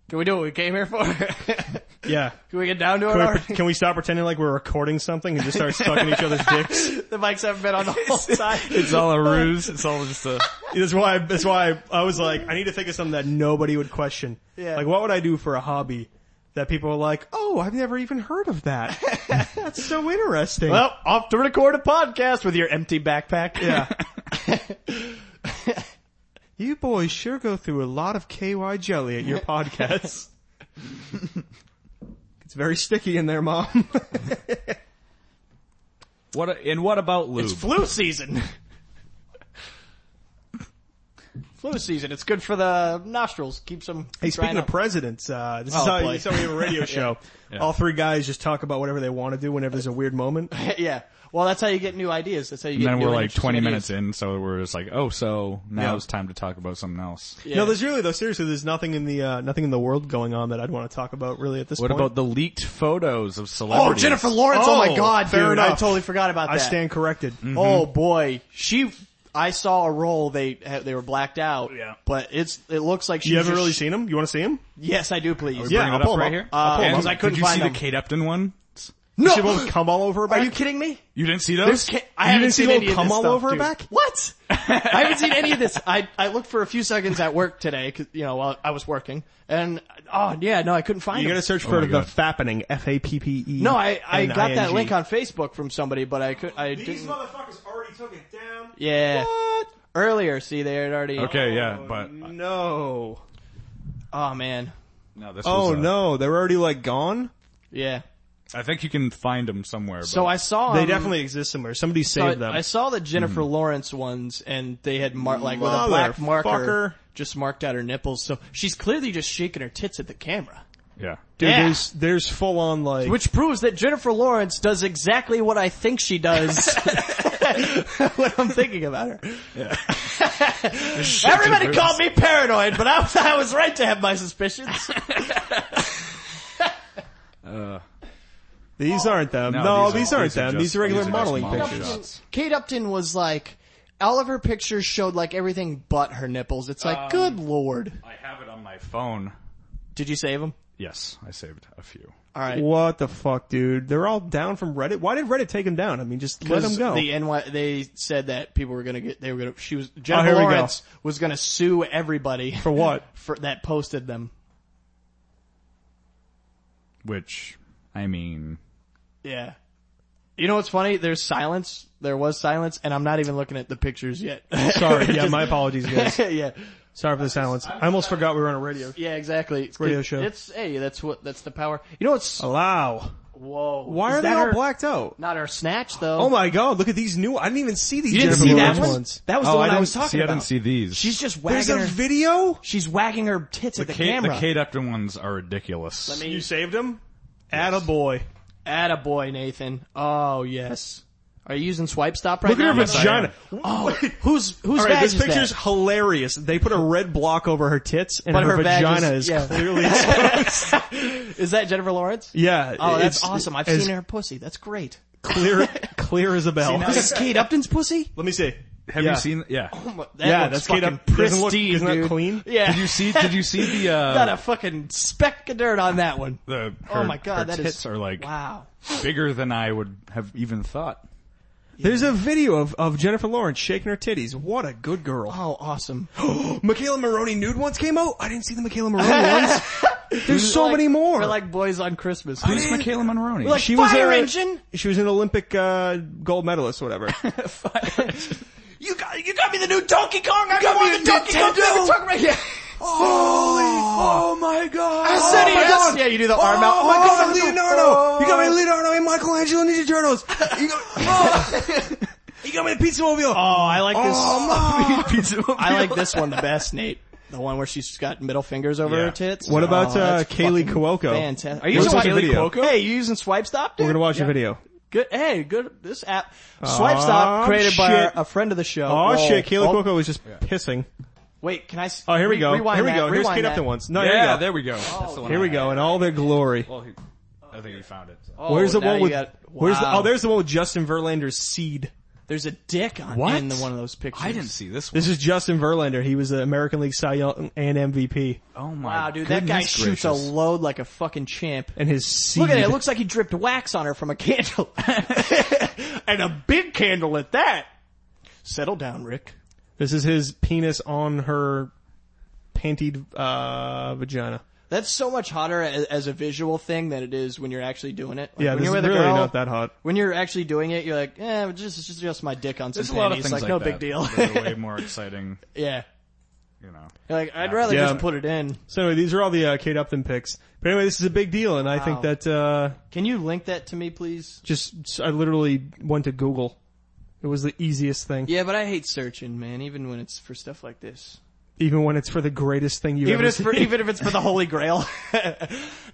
[SPEAKER 3] can we do what we came here for? can
[SPEAKER 2] Yeah.
[SPEAKER 3] we get down to it?
[SPEAKER 2] Can
[SPEAKER 3] already?
[SPEAKER 2] we, can we stop pretending like we're recording something and just start sucking each other's dicks?
[SPEAKER 3] the mics haven't been on the whole time.
[SPEAKER 1] It's all a ruse. It's all just a.
[SPEAKER 2] That's why. That's why I was like, I need to think of something that nobody would question.
[SPEAKER 3] Yeah.
[SPEAKER 2] Like, what would I do for a hobby that people are like, "Oh, I've never even heard of that. That's so interesting."
[SPEAKER 3] Well, off to record a podcast with your empty backpack.
[SPEAKER 2] yeah. you boys sure go through a lot of KY jelly at your podcasts. it's very sticky in there, mom.
[SPEAKER 1] What? A, and what about lube?
[SPEAKER 3] It's flu season. flu season. It's good for the nostrils. Keeps them.
[SPEAKER 2] Hey, speaking
[SPEAKER 3] drying
[SPEAKER 2] of
[SPEAKER 3] up.
[SPEAKER 2] presidents, uh, this,
[SPEAKER 3] Oh,
[SPEAKER 2] is how,
[SPEAKER 3] boy.
[SPEAKER 2] this is how we have a radio show. All three guys just talk about whatever they want to do whenever there's a weird moment.
[SPEAKER 3] yeah. Well, that's how you get new ideas. That's how you
[SPEAKER 1] and
[SPEAKER 3] get.
[SPEAKER 1] then
[SPEAKER 3] new
[SPEAKER 1] we're
[SPEAKER 3] and
[SPEAKER 1] like
[SPEAKER 3] interesting
[SPEAKER 1] 20
[SPEAKER 3] ideas.
[SPEAKER 1] minutes in, so we're just like, oh, so now
[SPEAKER 3] Yeah.
[SPEAKER 1] it's time to talk about something else.
[SPEAKER 3] Yeah.
[SPEAKER 2] No, there's really though. Seriously, there's nothing in the uh, nothing in the world going on that I'd want to talk about really at this
[SPEAKER 1] What
[SPEAKER 2] point.
[SPEAKER 1] about the leaked photos of
[SPEAKER 3] oh,
[SPEAKER 1] celebrities?
[SPEAKER 3] Jennifer Lawrence. Oh, my
[SPEAKER 2] Oh,
[SPEAKER 3] God,
[SPEAKER 2] fair
[SPEAKER 3] dude! I
[SPEAKER 2] enough.
[SPEAKER 3] totally forgot about that.
[SPEAKER 2] I stand corrected.
[SPEAKER 3] Oh boy, she. I saw a roll. They they were blacked out.
[SPEAKER 1] Yeah.
[SPEAKER 3] But it's it looks like she.
[SPEAKER 2] You haven't really seen him. You want to see him?
[SPEAKER 3] Yes, I do. Please.
[SPEAKER 1] Bring
[SPEAKER 2] Yeah,
[SPEAKER 1] it
[SPEAKER 2] I'll
[SPEAKER 1] up
[SPEAKER 2] pull 'em
[SPEAKER 1] right
[SPEAKER 2] up.
[SPEAKER 1] here.
[SPEAKER 3] I'll pull 'em
[SPEAKER 1] And
[SPEAKER 3] up. Uh, I couldn't
[SPEAKER 1] Did you
[SPEAKER 3] find
[SPEAKER 1] see
[SPEAKER 3] them.
[SPEAKER 1] the Kate Upton one?
[SPEAKER 3] No.
[SPEAKER 2] She will come all over her back.
[SPEAKER 3] Are you kidding me?
[SPEAKER 1] You didn't see those?
[SPEAKER 3] There's ca- I
[SPEAKER 2] You
[SPEAKER 3] haven't
[SPEAKER 2] didn't see
[SPEAKER 3] seen
[SPEAKER 2] little
[SPEAKER 3] any of
[SPEAKER 2] cum
[SPEAKER 3] this
[SPEAKER 2] all
[SPEAKER 3] stuff,
[SPEAKER 2] over her
[SPEAKER 3] dude.
[SPEAKER 2] back?
[SPEAKER 3] What? I haven't seen any of this. I I looked for a few seconds at work today, 'cause, you know, while I was working, and oh yeah, no, I couldn't find
[SPEAKER 2] You
[SPEAKER 3] them.
[SPEAKER 2] gotta search
[SPEAKER 1] my
[SPEAKER 2] for the
[SPEAKER 1] God.
[SPEAKER 2] fappening. F A P P E.
[SPEAKER 3] no, I Oh I got that link on Facebook from somebody, but I could I didn't.
[SPEAKER 2] motherfuckers already took it down.
[SPEAKER 3] Yeah. Earlier, see, they had already.
[SPEAKER 1] okay, yeah, but
[SPEAKER 2] uh, No.
[SPEAKER 3] Oh man.
[SPEAKER 1] no, this
[SPEAKER 2] Oh
[SPEAKER 1] was, uh,
[SPEAKER 2] no, they're already like gone.
[SPEAKER 3] Yeah.
[SPEAKER 1] I think you can find them somewhere.
[SPEAKER 3] So
[SPEAKER 1] but
[SPEAKER 3] I saw.
[SPEAKER 2] They
[SPEAKER 3] um,
[SPEAKER 2] definitely exist somewhere. Somebody
[SPEAKER 3] So
[SPEAKER 2] saved them. Hmm.
[SPEAKER 3] I, I saw the Jennifer Lawrence ones, and they had mar- like with a black marker
[SPEAKER 2] Motherfucker.
[SPEAKER 3] just marked out her nipples. So she's clearly just shaking her tits at the camera,
[SPEAKER 1] yeah,
[SPEAKER 2] Dude,
[SPEAKER 3] Yeah.
[SPEAKER 2] there's there's full on like
[SPEAKER 3] which proves that Jennifer Lawrence does exactly what I think she does when I'm thinking about her. Everybody called me paranoid, but I, I was right to have my suspicions.
[SPEAKER 2] these aren't them. No, these, aren't them.
[SPEAKER 1] just-
[SPEAKER 2] these are regular
[SPEAKER 1] just
[SPEAKER 2] modeling
[SPEAKER 1] model
[SPEAKER 2] pictures.
[SPEAKER 1] shots.
[SPEAKER 3] Kate Upton was like, all of her pictures showed like everything but her nipples. It's
[SPEAKER 2] Um,
[SPEAKER 3] like, good lord.
[SPEAKER 1] I have it on my phone.
[SPEAKER 3] Did you save them?
[SPEAKER 1] Yes, I saved a few.
[SPEAKER 3] All right.
[SPEAKER 2] What the fuck, dude? They're all down from Reddit. Why did Reddit take them down? I mean, just let them
[SPEAKER 3] Because
[SPEAKER 2] go.
[SPEAKER 3] The NY, they said that people were gonna get, they were gonna, she was,
[SPEAKER 2] Oh,
[SPEAKER 3] Jennifer
[SPEAKER 2] here we go.
[SPEAKER 3] Lawrence was gonna sue everybody
[SPEAKER 2] For what?
[SPEAKER 3] for, that posted them.
[SPEAKER 1] Which, I mean,
[SPEAKER 3] Yeah. You know what's funny? There's silence. There was silence, and I'm not even looking at the pictures yet.
[SPEAKER 2] Sorry, yeah, my apologies, guys.
[SPEAKER 3] yeah.
[SPEAKER 2] Sorry for the silence. I almost forgot we were on a radio.
[SPEAKER 3] Yeah, exactly. It's
[SPEAKER 2] Radio
[SPEAKER 3] good.
[SPEAKER 2] show.
[SPEAKER 3] It's, hey, that's what, that's the power. You know what's,
[SPEAKER 2] Allow.
[SPEAKER 3] whoa.
[SPEAKER 2] Why
[SPEAKER 3] Is
[SPEAKER 2] are they
[SPEAKER 3] that
[SPEAKER 2] all
[SPEAKER 3] her-
[SPEAKER 2] blacked out?
[SPEAKER 3] Not our snatch though.
[SPEAKER 2] Oh my god, look at these new. I didn't even see these.
[SPEAKER 3] You didn't
[SPEAKER 2] Jennifer
[SPEAKER 3] see
[SPEAKER 2] Lawrence
[SPEAKER 3] that one?
[SPEAKER 2] ones.
[SPEAKER 3] That was
[SPEAKER 1] oh,
[SPEAKER 3] the
[SPEAKER 1] I
[SPEAKER 3] one I,
[SPEAKER 1] didn't
[SPEAKER 3] was talking
[SPEAKER 1] see.
[SPEAKER 3] about.
[SPEAKER 1] I didn't see these.
[SPEAKER 3] She's just
[SPEAKER 2] There's
[SPEAKER 3] wagging
[SPEAKER 2] a
[SPEAKER 3] her.
[SPEAKER 2] video.
[SPEAKER 3] she's wagging her tits at the
[SPEAKER 1] Kate, the
[SPEAKER 3] camera.
[SPEAKER 1] Kate Upton ones are ridiculous.
[SPEAKER 3] Let me-
[SPEAKER 2] saved him. Atta boy.
[SPEAKER 3] Attaboy, Nathan. Oh yes. Are you using swipe stop right
[SPEAKER 2] Look at
[SPEAKER 3] now?
[SPEAKER 2] her
[SPEAKER 1] Yes, I
[SPEAKER 2] vagina.
[SPEAKER 3] Oh, who's who's
[SPEAKER 2] All right,
[SPEAKER 3] vag
[SPEAKER 2] this
[SPEAKER 3] is
[SPEAKER 2] picture's
[SPEAKER 3] that?
[SPEAKER 2] hilarious. They put a red block over her tits, and
[SPEAKER 3] But
[SPEAKER 2] her,
[SPEAKER 3] her vag
[SPEAKER 2] vagina is,
[SPEAKER 3] is- yeah.
[SPEAKER 2] clearly exposed.
[SPEAKER 3] Is that Jennifer Lawrence?
[SPEAKER 2] yeah.
[SPEAKER 3] Oh, that's
[SPEAKER 2] it's
[SPEAKER 3] awesome. I've
[SPEAKER 2] as Oh.
[SPEAKER 3] seen her pussy. That's great.
[SPEAKER 2] Clear, clear as a bell.
[SPEAKER 3] This is Kate Upton's pussy?
[SPEAKER 2] Let me see.
[SPEAKER 1] Have
[SPEAKER 2] Yeah.
[SPEAKER 1] you seen? Yeah.
[SPEAKER 3] That
[SPEAKER 2] yeah,
[SPEAKER 3] looks
[SPEAKER 2] that's Kate
[SPEAKER 3] fucking
[SPEAKER 2] Upton. Doesn't
[SPEAKER 3] pristine,
[SPEAKER 2] look- isn't that
[SPEAKER 3] dude.
[SPEAKER 2] clean?
[SPEAKER 3] Yeah.
[SPEAKER 1] Did you see? Did you see the? Uh,
[SPEAKER 3] Got a fucking speck of dirt on that one.
[SPEAKER 1] the her,
[SPEAKER 3] oh my god,
[SPEAKER 1] her
[SPEAKER 3] that is
[SPEAKER 1] tits are like
[SPEAKER 3] wow.
[SPEAKER 1] bigger than I would have even thought.
[SPEAKER 2] There's a video of, of Jennifer Lawrence shaking her titties. What a good girl.
[SPEAKER 3] Oh, awesome.
[SPEAKER 2] Michaela Maroney nude ones came out? I didn't see the Michaela Maroney ones. There's so
[SPEAKER 3] Like-
[SPEAKER 2] many more.
[SPEAKER 3] We're like boys on Christmas.
[SPEAKER 1] Who's Michaela Monroney?
[SPEAKER 3] like
[SPEAKER 2] she was
[SPEAKER 3] fire
[SPEAKER 2] a-
[SPEAKER 3] engine.
[SPEAKER 2] she was an Olympic uh, gold medalist, whatever.
[SPEAKER 3] You got you got me the new Donkey Kong. I got
[SPEAKER 2] me
[SPEAKER 3] me
[SPEAKER 2] a
[SPEAKER 3] the Donkey Kong.
[SPEAKER 2] Nintendo.
[SPEAKER 3] Donkey Kong right here.
[SPEAKER 2] oh, my god!
[SPEAKER 5] Oh
[SPEAKER 3] SNES. Yeah, you do the arm out.
[SPEAKER 2] Oh my god, Leonardo!
[SPEAKER 3] Oh.
[SPEAKER 2] You got me Leonardo and Michelangelo Ninja Turtles. You got, oh. you got me the pizza mobile.
[SPEAKER 3] Oh, I like this.
[SPEAKER 2] Oh,
[SPEAKER 3] I like this one the best, Nate. The one where she's got middle fingers over
[SPEAKER 1] Yeah.
[SPEAKER 3] her tits.
[SPEAKER 5] What about
[SPEAKER 3] Oh,
[SPEAKER 5] uh,
[SPEAKER 3] that's
[SPEAKER 5] Kaylee
[SPEAKER 3] fucking
[SPEAKER 5] Cuoco?
[SPEAKER 3] Fantastic.
[SPEAKER 5] Are you
[SPEAKER 3] We're
[SPEAKER 5] gonna
[SPEAKER 3] gonna
[SPEAKER 5] watch a
[SPEAKER 3] Kaylee
[SPEAKER 5] video?
[SPEAKER 3] Cuoco? Hey, you using Swipe Stop? Dude?
[SPEAKER 5] We're gonna watch
[SPEAKER 3] Yeah.
[SPEAKER 5] a video.
[SPEAKER 3] Good. Hey, good. This app, Swipe Stop,
[SPEAKER 5] Oh,
[SPEAKER 3] created by
[SPEAKER 5] shit.
[SPEAKER 3] our- a friend of the show.
[SPEAKER 5] Oh
[SPEAKER 3] Whoa.
[SPEAKER 5] shit, Kaylee
[SPEAKER 3] Oh,
[SPEAKER 5] Cuoco was just pissing.
[SPEAKER 3] Wait, can I? s-
[SPEAKER 5] Oh, here we
[SPEAKER 3] re-
[SPEAKER 5] go.
[SPEAKER 3] Rewind
[SPEAKER 5] here we
[SPEAKER 3] that,
[SPEAKER 5] go. Here's
[SPEAKER 3] rewind
[SPEAKER 5] Kate
[SPEAKER 3] that.
[SPEAKER 5] Upton once. No, here we
[SPEAKER 1] Yeah,
[SPEAKER 5] go.
[SPEAKER 1] there we go. That's the one
[SPEAKER 5] Here
[SPEAKER 1] I
[SPEAKER 5] we
[SPEAKER 1] had.
[SPEAKER 5] go in all their glory.
[SPEAKER 1] Well, he, I think he found it. so.
[SPEAKER 3] Oh,
[SPEAKER 5] Where's the
[SPEAKER 3] now
[SPEAKER 5] one
[SPEAKER 3] you
[SPEAKER 5] with?
[SPEAKER 3] got-
[SPEAKER 5] Where's the,
[SPEAKER 3] wow.
[SPEAKER 5] oh, there's the one with Justin Verlander's seed.
[SPEAKER 3] There's a dick on
[SPEAKER 1] What?
[SPEAKER 3] in the, one of those pictures.
[SPEAKER 1] I didn't see this one.
[SPEAKER 2] This is Justin Verlander. He was the American League Cy Young and MVP,
[SPEAKER 1] Oh my
[SPEAKER 3] Wow, dude, that guy
[SPEAKER 1] goodness
[SPEAKER 3] shoots a
[SPEAKER 1] gracious.
[SPEAKER 3] load like a fucking chimp.
[SPEAKER 2] and his seed.
[SPEAKER 3] Look at it. It looks like he dripped wax on her from a candle, and a big candle at that. Settle down, Rick.
[SPEAKER 2] This is his penis on her pantied uh, vagina.
[SPEAKER 3] That's so much hotter as, as a visual thing than it is when you're actually doing it. Like,
[SPEAKER 2] Yeah,
[SPEAKER 3] when
[SPEAKER 2] this
[SPEAKER 3] you're
[SPEAKER 2] is
[SPEAKER 3] with a
[SPEAKER 2] really
[SPEAKER 3] girl,
[SPEAKER 2] not that hot.
[SPEAKER 3] When you're actually doing it, you're like, eh, just it's just, just my dick on some
[SPEAKER 1] There's a lot of
[SPEAKER 3] panties.
[SPEAKER 1] things
[SPEAKER 3] like,
[SPEAKER 1] like,
[SPEAKER 3] no
[SPEAKER 1] that
[SPEAKER 3] big deal.
[SPEAKER 1] that are way more exciting,
[SPEAKER 3] yeah,
[SPEAKER 1] you know.
[SPEAKER 3] you're like I'd rather
[SPEAKER 2] Yeah.
[SPEAKER 3] just put it in.
[SPEAKER 2] So anyway, these are all the uh, Kate Upton picks. But anyway, this is a big deal, and I think that uh,
[SPEAKER 3] Can you link that to me, please?
[SPEAKER 2] just I literally went to Google. It was the easiest thing,
[SPEAKER 3] Yeah, but I hate searching, man. Even when it's for stuff like this.
[SPEAKER 2] even when it's for the greatest thing you
[SPEAKER 3] Even
[SPEAKER 2] ever
[SPEAKER 3] if for
[SPEAKER 2] seen.
[SPEAKER 3] even if it's for the Holy Grail.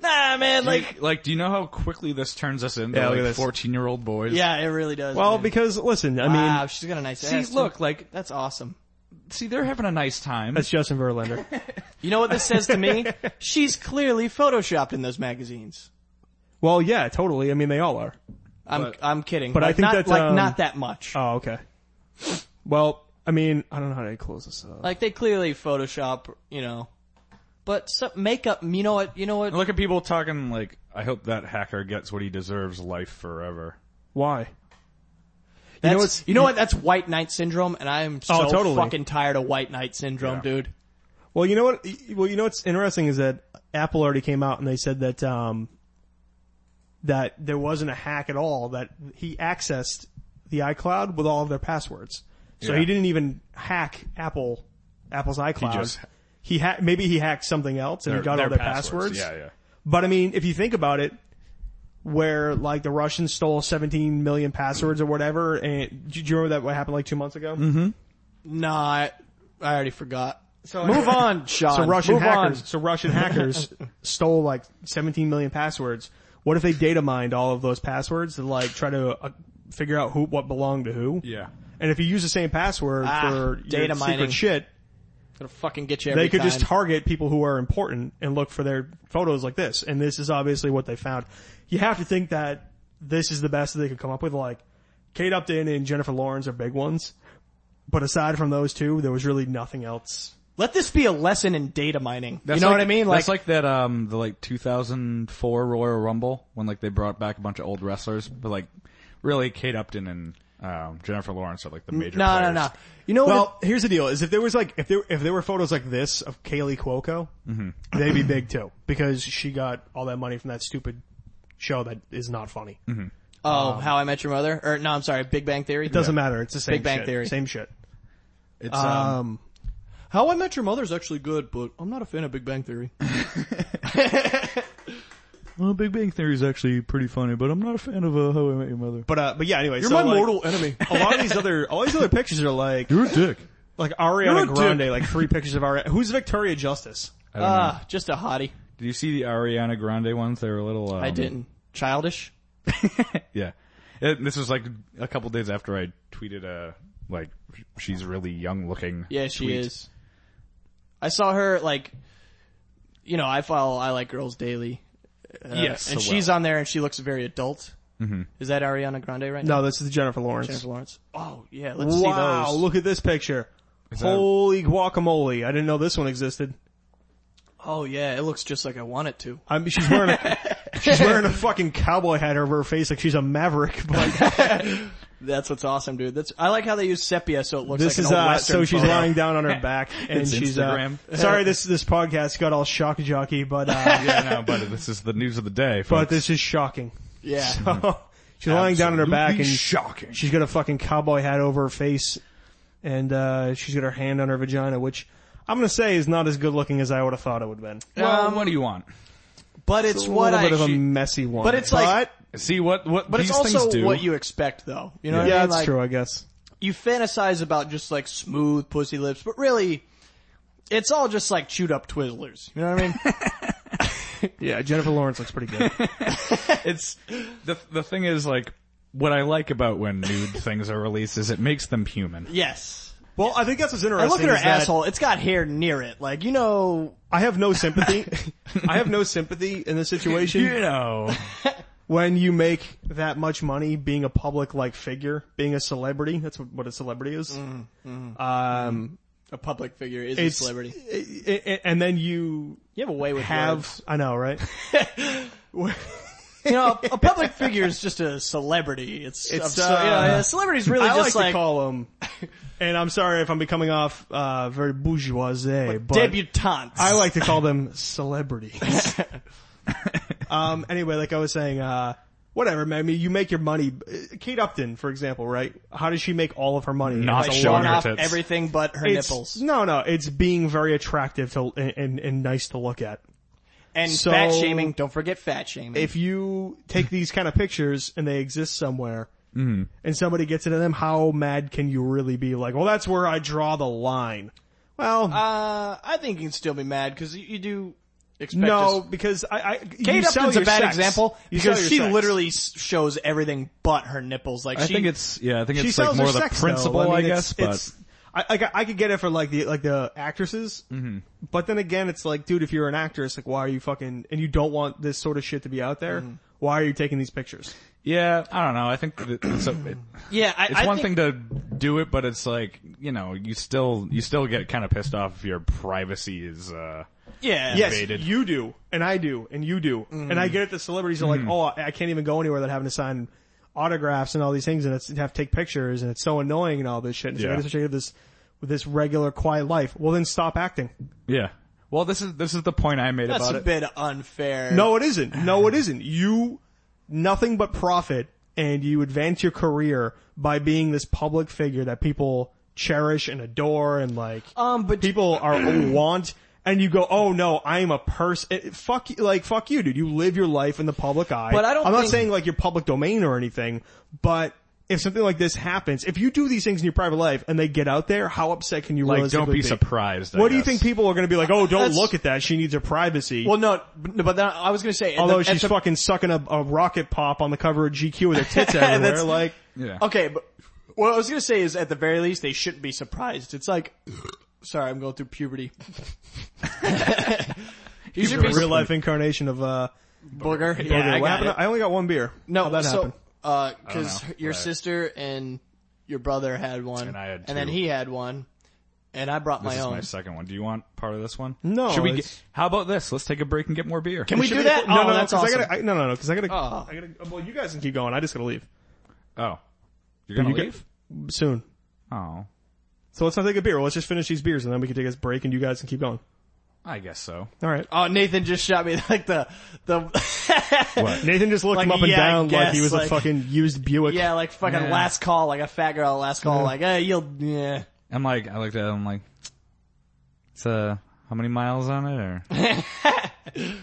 [SPEAKER 3] nah, man. Like,
[SPEAKER 1] Like, like, do you know how quickly this turns us into
[SPEAKER 2] Yeah, look at
[SPEAKER 1] like
[SPEAKER 2] this.
[SPEAKER 1] fourteen-year-old boys?
[SPEAKER 3] yeah, it really does.
[SPEAKER 2] well,
[SPEAKER 3] man.
[SPEAKER 2] because listen, I mean,
[SPEAKER 3] wow, she's got a nice
[SPEAKER 1] See,
[SPEAKER 3] ass. too.
[SPEAKER 1] look, like,
[SPEAKER 3] that's awesome.
[SPEAKER 1] see, they're having a nice time.
[SPEAKER 2] that's Justin Verlander.
[SPEAKER 3] You know what this says to me? She's clearly photoshopped in those magazines.
[SPEAKER 2] well, yeah, totally. I mean, they all are.
[SPEAKER 3] I'm I'm kidding,
[SPEAKER 2] but I
[SPEAKER 3] like,
[SPEAKER 2] think
[SPEAKER 3] not,
[SPEAKER 2] that,
[SPEAKER 3] like
[SPEAKER 2] um,
[SPEAKER 3] not that much.
[SPEAKER 2] Oh, okay. Well, I mean, I don't know how to close this up.
[SPEAKER 3] like they clearly Photoshop, you know. But some makeup, you know what? You know what?
[SPEAKER 1] Look at people talking like, I hope that hacker gets what he deserves, life forever.
[SPEAKER 2] Why?
[SPEAKER 3] That's, you know,
[SPEAKER 2] what's-
[SPEAKER 3] what? That's White Knight syndrome, and I'm so
[SPEAKER 2] Oh, totally.
[SPEAKER 3] fucking tired of White Knight syndrome, dude.
[SPEAKER 2] Well, you know what? Well, you know what's interesting is that Apple already came out and they said that um, that there wasn't a hack at all. That he accessed the iCloud with all of their passwords, so
[SPEAKER 1] Yeah.
[SPEAKER 2] he didn't even hack Apple Apple's iCloud. He,
[SPEAKER 1] just-
[SPEAKER 2] ha- maybe he hacked something else and he got all their passwords.
[SPEAKER 1] Yeah, yeah.
[SPEAKER 2] But I mean, if you think about it, where like the Russians stole 17 million passwords or whatever, and do you remember that what happened like two months ago?
[SPEAKER 3] Nah, I, I already forgot. move on, Sean.
[SPEAKER 2] So Russian
[SPEAKER 3] move
[SPEAKER 2] hackers,
[SPEAKER 3] on.
[SPEAKER 2] so Russian hackers stole like 17 million passwords. What if they data mined all of those passwords to like try to uh, figure out who what belonged to who?
[SPEAKER 1] Yeah.
[SPEAKER 2] And if you use the same password
[SPEAKER 3] Ah,
[SPEAKER 2] for
[SPEAKER 3] data
[SPEAKER 2] your
[SPEAKER 3] mining.
[SPEAKER 2] secret shit,
[SPEAKER 3] Gonna fucking get you. Every
[SPEAKER 2] they could just
[SPEAKER 3] time.
[SPEAKER 2] target people who are important and look for their photos like this. And this is obviously what they found. You have to think that this is the best that they could come up with. Like Kate Upton and Jennifer Lawrence are big ones, but aside from those two, there was really nothing else.
[SPEAKER 3] Let this be a lesson in data mining.
[SPEAKER 1] That's
[SPEAKER 3] you know
[SPEAKER 1] like-
[SPEAKER 3] what I mean?
[SPEAKER 1] that's like that, um, the like 2004 Royal Rumble when like they brought back a bunch of old wrestlers, but like really Kate Upton and um, Jennifer Lawrence are like the major.
[SPEAKER 3] no, no,
[SPEAKER 1] players.
[SPEAKER 3] no. You know what?
[SPEAKER 2] Well, here's the deal: is if there was like if there if there were photos like this of Kaylee Cuoco, they'd be big too because she got all that money from that stupid show that is not funny.
[SPEAKER 3] Oh, How I Met Your Mother? Or no, I'm sorry, Big Bang Theory.
[SPEAKER 2] Um, It doesn't matter; it's the same
[SPEAKER 3] Big Bang
[SPEAKER 2] shit.
[SPEAKER 3] Theory.
[SPEAKER 2] Same shit.
[SPEAKER 1] It's
[SPEAKER 3] Uh,
[SPEAKER 1] um,
[SPEAKER 2] Um,
[SPEAKER 3] How I Met Your Mother is actually good, but I'm not a fan of Big Bang Theory.
[SPEAKER 1] well, Big Bang Theory is actually pretty funny, but I'm not a fan of uh, How I Met Your Mother.
[SPEAKER 2] but uh, but yeah. Anyway,
[SPEAKER 3] You're
[SPEAKER 2] so
[SPEAKER 3] my
[SPEAKER 2] like,
[SPEAKER 3] mortal enemy.
[SPEAKER 2] a lot of these other all these other pictures are like
[SPEAKER 1] You're a dick.
[SPEAKER 2] like
[SPEAKER 3] You're
[SPEAKER 2] Ariana
[SPEAKER 3] a dick.
[SPEAKER 2] Grande, like three pictures of Ariana. Who's Victoria Justice?
[SPEAKER 3] Ah, just a hottie.
[SPEAKER 2] Oh,
[SPEAKER 1] Did you see the Ariana Grande ones? They were a little. Um,
[SPEAKER 3] I didn't. Childish.
[SPEAKER 1] Yeah, It- this was like a couple days after I tweeted a like she's really young looking.
[SPEAKER 3] Yeah, she
[SPEAKER 1] tweet.
[SPEAKER 3] is. I saw her like, you know, I follow I Like Girls Daily. uh,
[SPEAKER 1] Yes,
[SPEAKER 3] and
[SPEAKER 1] so
[SPEAKER 3] she's on there and she looks very adult. Is that Ariana Grande right now?
[SPEAKER 2] Mm-hmm. No, this is Jennifer Lawrence.
[SPEAKER 3] Jennifer Lawrence. Oh yeah, let's see
[SPEAKER 2] wow!
[SPEAKER 3] those.
[SPEAKER 2] Look at this picture.
[SPEAKER 1] that-
[SPEAKER 2] Holy guacamole! I didn't know this one existed.
[SPEAKER 3] Oh yeah, it looks just like I want it to.
[SPEAKER 2] I mean, she's wearing a, she's wearing a fucking cowboy hat over her face like she's a maverick. But
[SPEAKER 3] That's what's awesome, dude. That's I like how they use sepia so it looks
[SPEAKER 2] this
[SPEAKER 3] like
[SPEAKER 2] is
[SPEAKER 3] an old
[SPEAKER 2] uh,
[SPEAKER 3] Western
[SPEAKER 2] so she's
[SPEAKER 3] photo.
[SPEAKER 2] lying down on her back and
[SPEAKER 1] It's
[SPEAKER 2] she's
[SPEAKER 1] Instagram.
[SPEAKER 2] Uh, sorry this this podcast got all shock jockey, but uh,
[SPEAKER 1] Yeah, no, but this is the news of the day.
[SPEAKER 2] but
[SPEAKER 1] folks.
[SPEAKER 2] this is shocking.
[SPEAKER 3] Yeah.
[SPEAKER 2] she's lying down on her back and
[SPEAKER 1] Absolutely shocking.
[SPEAKER 2] she's got a fucking cowboy hat over her face, and uh, she's got her hand on her vagina, which I'm gonna say is not as good looking as I would have thought it would have been.
[SPEAKER 1] Well, what do you want?
[SPEAKER 3] But it's, what
[SPEAKER 2] a little
[SPEAKER 3] I
[SPEAKER 2] bit of a
[SPEAKER 3] actually-
[SPEAKER 2] messy one,
[SPEAKER 3] but it's like
[SPEAKER 1] See what what
[SPEAKER 3] but
[SPEAKER 1] these
[SPEAKER 3] it's
[SPEAKER 1] things
[SPEAKER 3] also
[SPEAKER 1] do.
[SPEAKER 3] what you expect though. You know
[SPEAKER 2] yeah,
[SPEAKER 3] what I mean?
[SPEAKER 2] that's
[SPEAKER 3] Like,
[SPEAKER 2] true, I guess.
[SPEAKER 3] you you fantasize about just like smooth pussy lips, but really, it's all just like chewed up Twizzlers. You know what I mean?
[SPEAKER 2] Yeah, Jennifer Lawrence looks pretty good.
[SPEAKER 1] it's the the thing is like what I like about when nude things are released is it makes them human.
[SPEAKER 3] yes.
[SPEAKER 2] well, I think that's what's
[SPEAKER 3] I
[SPEAKER 2] interesting.
[SPEAKER 3] look at her
[SPEAKER 2] is that
[SPEAKER 3] asshole. It's got hair near it. Like you know,
[SPEAKER 2] I have no sympathy. I have no sympathy in this situation.
[SPEAKER 1] You know,
[SPEAKER 2] when you make that much money being a public like figure, being a celebrity, that's what what a celebrity is. Um,
[SPEAKER 3] a public figure is
[SPEAKER 2] it's
[SPEAKER 3] Mm, a celebrity.
[SPEAKER 2] i- i- and then you
[SPEAKER 3] You have a way with
[SPEAKER 2] have
[SPEAKER 3] words.
[SPEAKER 2] I know, right?
[SPEAKER 3] you know, a public figure is just a celebrity. It's,
[SPEAKER 2] It's,
[SPEAKER 3] I'm so- you know,
[SPEAKER 2] uh,
[SPEAKER 3] a celebrity's really
[SPEAKER 2] I like,
[SPEAKER 3] just
[SPEAKER 2] to call them. And I'm sorry if I'm becoming off uh very bourgeoisie, but
[SPEAKER 3] debutantes.
[SPEAKER 2] I like to call them celebrities. um, anyway, like I was saying, uh, whatever, man. I mean, you make your money. Uh, Kate Upton, for example, right? How does she make all of her money?
[SPEAKER 1] Not
[SPEAKER 2] It's a
[SPEAKER 1] showing
[SPEAKER 2] lot-
[SPEAKER 1] her
[SPEAKER 3] off
[SPEAKER 1] tits.
[SPEAKER 3] everything but her
[SPEAKER 2] it's-
[SPEAKER 3] nipples
[SPEAKER 2] No, no, it's being very attractive to and, and, and nice to look at.
[SPEAKER 3] and
[SPEAKER 2] so-
[SPEAKER 3] fat shaming. Don't forget fat shaming.
[SPEAKER 2] If you take these kind of pictures and they exist somewhere,
[SPEAKER 1] Mm-hmm.
[SPEAKER 2] and somebody gets into them, how mad can you really be? Like, well, that's where I draw the line. Well,
[SPEAKER 3] uh, I think you can still be mad because you, you do expect.
[SPEAKER 2] no,
[SPEAKER 3] us-
[SPEAKER 2] because I, I Kate
[SPEAKER 3] Kate
[SPEAKER 2] you sell
[SPEAKER 3] Upton's a
[SPEAKER 2] your
[SPEAKER 3] bad
[SPEAKER 2] sex.
[SPEAKER 3] example
[SPEAKER 2] You sell
[SPEAKER 3] because
[SPEAKER 2] your
[SPEAKER 3] she
[SPEAKER 2] sex.
[SPEAKER 3] literally s- shows everything but her nipples. Like
[SPEAKER 1] I
[SPEAKER 3] she,
[SPEAKER 1] think it's yeah. I think
[SPEAKER 2] she
[SPEAKER 1] it's like
[SPEAKER 2] sells
[SPEAKER 1] more
[SPEAKER 2] her
[SPEAKER 1] the
[SPEAKER 2] sex, though.
[SPEAKER 1] principle, I,
[SPEAKER 2] mean,
[SPEAKER 1] guess.
[SPEAKER 2] it's-
[SPEAKER 1] But
[SPEAKER 2] it's- I, I, got- I could get it for like the like the actresses, but then again, it's like, dude, if you're an actress, like, why are you fucking and you don't want this sort of shit to be out there? Why are you taking these pictures?
[SPEAKER 1] yeah, I don't know. I think that it's, a, it-
[SPEAKER 3] yeah. I,
[SPEAKER 1] it's
[SPEAKER 3] I
[SPEAKER 1] one thing
[SPEAKER 3] think,
[SPEAKER 1] to do it, but it's like you know, you still you still get kind of pissed off if your privacy is. uh
[SPEAKER 3] Yeah.
[SPEAKER 1] Invaded.
[SPEAKER 2] you do, and I do, and you do, and I get it. The celebrities are like, oh, I I can't even go anywhere without having to sign autographs and all these things, and it's and have to take pictures, and it's so annoying and all this shit. And so
[SPEAKER 1] Yeah.
[SPEAKER 2] I just have this with this regular quiet life. Well, then stop acting.
[SPEAKER 1] Yeah. Well, this is this is the point I made
[SPEAKER 3] That's
[SPEAKER 1] about
[SPEAKER 3] a
[SPEAKER 1] it.
[SPEAKER 3] bit unfair.
[SPEAKER 2] No, it isn't. No, it isn't. You nothing but profit, and you advance your career by being this public figure that people cherish and adore, and like
[SPEAKER 3] Um, but-
[SPEAKER 2] people are want. And you go, oh no, I'm a person. Fuck you, like fuck you, dude. You live your life in the public eye.
[SPEAKER 3] But I don't
[SPEAKER 2] I'm not
[SPEAKER 3] think-
[SPEAKER 2] saying like your public domain or anything. But if something like this happens, if you do these things in your private life and they get out there, how upset can you
[SPEAKER 1] like,
[SPEAKER 2] realistically
[SPEAKER 1] don't be surprised. I
[SPEAKER 2] What do you
[SPEAKER 1] guess.
[SPEAKER 2] think people are going to be like? Oh, don't
[SPEAKER 3] That's-
[SPEAKER 2] look at that. She needs her privacy.
[SPEAKER 3] Well, no, but but then I was gonna say. at the-
[SPEAKER 2] Although
[SPEAKER 3] at
[SPEAKER 2] she's
[SPEAKER 3] the-
[SPEAKER 2] fucking sucking a, a rocket pop on the cover of GQ with her tits everywhere,
[SPEAKER 3] That's-
[SPEAKER 2] like
[SPEAKER 1] Yeah.
[SPEAKER 3] Okay, but what I was gonna say is, at the very least, they shouldn't be surprised. It's like, sorry, I'm going through puberty. you should be
[SPEAKER 2] a real life incarnation of uh.
[SPEAKER 3] booger.
[SPEAKER 2] Booger.
[SPEAKER 3] Yeah, I
[SPEAKER 2] what
[SPEAKER 3] got
[SPEAKER 2] happened?
[SPEAKER 3] it.
[SPEAKER 2] I only got one beer.
[SPEAKER 3] no,
[SPEAKER 2] How'd that
[SPEAKER 3] so
[SPEAKER 2] happened.
[SPEAKER 3] uh,
[SPEAKER 1] I
[SPEAKER 3] because
[SPEAKER 1] don't know.
[SPEAKER 3] your
[SPEAKER 1] Right.
[SPEAKER 3] sister and your brother had one,
[SPEAKER 1] And I had
[SPEAKER 3] and then
[SPEAKER 1] two.
[SPEAKER 3] he had one, and I brought
[SPEAKER 1] This
[SPEAKER 3] my
[SPEAKER 1] is
[SPEAKER 3] own.
[SPEAKER 1] my second one. Do you want part of this one?
[SPEAKER 2] No,
[SPEAKER 1] Should we?
[SPEAKER 2] it's-
[SPEAKER 1] Get, how about this? Let's take a break and get more beer.
[SPEAKER 3] Can we do
[SPEAKER 2] Should
[SPEAKER 3] that?
[SPEAKER 2] No, no,
[SPEAKER 3] oh,
[SPEAKER 2] no,
[SPEAKER 3] that's
[SPEAKER 2] 'cause
[SPEAKER 3] awesome.
[SPEAKER 2] I gotta, I, no, no, no, because I gotta,
[SPEAKER 3] Oh.
[SPEAKER 2] I gotta. Well, you guys can keep going. I just gotta leave
[SPEAKER 1] Oh, you're gonna
[SPEAKER 2] You get-
[SPEAKER 1] leave?
[SPEAKER 2] soon.
[SPEAKER 1] Oh,
[SPEAKER 2] So let's not take a beer. Let's just finish these beers and then we can take a break and you guys can keep going.
[SPEAKER 1] I guess so.
[SPEAKER 2] All right.
[SPEAKER 3] Oh, Nathan just shot me like the the
[SPEAKER 1] What?
[SPEAKER 2] Nathan just looked
[SPEAKER 3] Like,
[SPEAKER 2] him up and
[SPEAKER 3] yeah, I
[SPEAKER 2] down like he
[SPEAKER 3] guess,
[SPEAKER 2] was a
[SPEAKER 3] like-
[SPEAKER 2] fucking used Buick.
[SPEAKER 3] yeah, like fucking
[SPEAKER 1] Yeah.
[SPEAKER 3] last call, like a fat girl last call, like eh, you'll yeah.
[SPEAKER 1] I'm like, I looked at it. I'm like, it's uh, how many miles on it? Or
[SPEAKER 3] And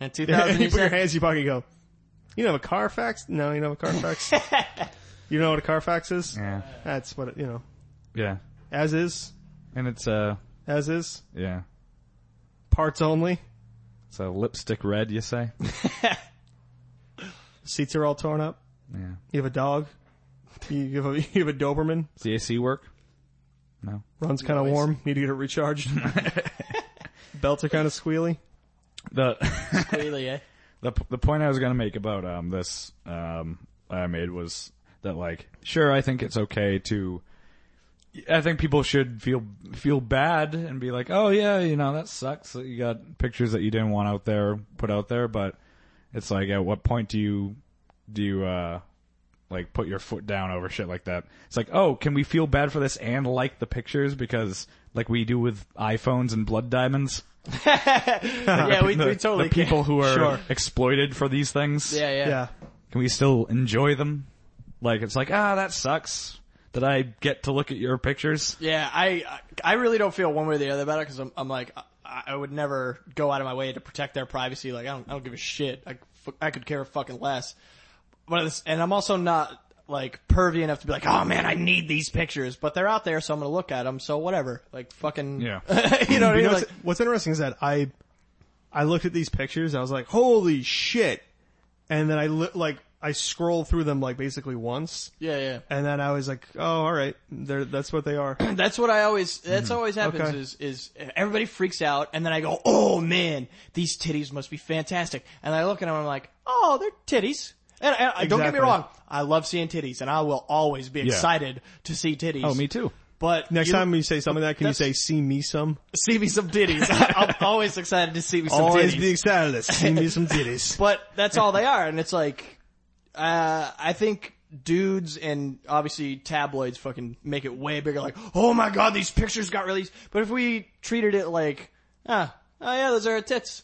[SPEAKER 2] And
[SPEAKER 3] 2000,
[SPEAKER 2] you
[SPEAKER 3] you
[SPEAKER 2] put your
[SPEAKER 3] said,
[SPEAKER 2] hands in your pocket and go, you don't have a Carfax? No, you don't have a Carfax. you know what a Carfax is?
[SPEAKER 1] yeah,
[SPEAKER 2] That's what, it, you know,
[SPEAKER 1] yeah.
[SPEAKER 2] as is,
[SPEAKER 1] And it's uh,
[SPEAKER 2] as is,
[SPEAKER 1] yeah.
[SPEAKER 2] parts only.
[SPEAKER 1] It's a lipstick red. You say?
[SPEAKER 2] Seats are all torn up.
[SPEAKER 1] Yeah.
[SPEAKER 2] You have a dog. You have a, you have a Doberman.
[SPEAKER 1] Does the AC work? No.
[SPEAKER 2] Runs kind of warm. Need to get it recharged. Belts are kind of squealy.
[SPEAKER 1] The
[SPEAKER 3] really, eh?
[SPEAKER 1] the the point I was gonna make about um this um I made was that like sure I think it's okay to I think people should feel feel bad and be like oh yeah you know that sucks that you got pictures that you didn't want out there put out there but it's like at what point do you do you uh like put your foot down over shit like that it's like oh can we feel bad for this and like the pictures because like we do with iPhones and blood diamonds
[SPEAKER 3] yeah, we,
[SPEAKER 1] the,
[SPEAKER 3] we totally
[SPEAKER 1] the people who are
[SPEAKER 2] Sure.
[SPEAKER 1] exploited for these things
[SPEAKER 3] Can. Yeah, yeah,
[SPEAKER 2] Yeah.
[SPEAKER 1] can we still enjoy them? Like it's like ah, that sucks that I get to look at your pictures.
[SPEAKER 3] Yeah, I I really don't feel one way or the other about it because I'm I'm like I, I would never go out of my way to protect their privacy. Like I don't I don't give a shit. I, fu- I could care fucking less. But it's, and I'm also not like pervy enough to be like, oh man, I need these pictures, but they're out there, so I'm gonna look at them. So whatever, like fucking,
[SPEAKER 1] Yeah.
[SPEAKER 3] you know what I
[SPEAKER 2] You know,
[SPEAKER 3] mean? Like,
[SPEAKER 2] what's, what's interesting is that I, I looked at these pictures. I was like, "Holy shit!" And then I li- like I scrolled through them like basically once,
[SPEAKER 3] yeah,
[SPEAKER 2] and then I was like, "Oh, all right, They're, that's what they are."
[SPEAKER 3] yeah. That's what I always. That's always happens.
[SPEAKER 2] Mm-hmm. Okay.
[SPEAKER 3] Is is everybody freaks out, and then I go, oh man, these titties must be fantastic. And I look at them, and I'm like, oh, they're titties. And, and don't get me
[SPEAKER 2] Exactly.
[SPEAKER 3] wrong, I love seeing titties, and I will always be excited to see titties.
[SPEAKER 1] Oh, me too.
[SPEAKER 3] But
[SPEAKER 2] Next
[SPEAKER 3] you-
[SPEAKER 2] time you say something like that, can you say
[SPEAKER 3] that's-
[SPEAKER 2] "See me some"? Oh,
[SPEAKER 3] see me some titties. I'm always excited to see me some
[SPEAKER 2] Always
[SPEAKER 3] titties.
[SPEAKER 2] be excited. See me some titties.
[SPEAKER 3] but that's all they are, and it's like, uh, I think dudes and obviously tabloids fucking make it way bigger. Like, oh my god, these pictures got released. But if we treated it like, ah, oh yeah, those are her tits.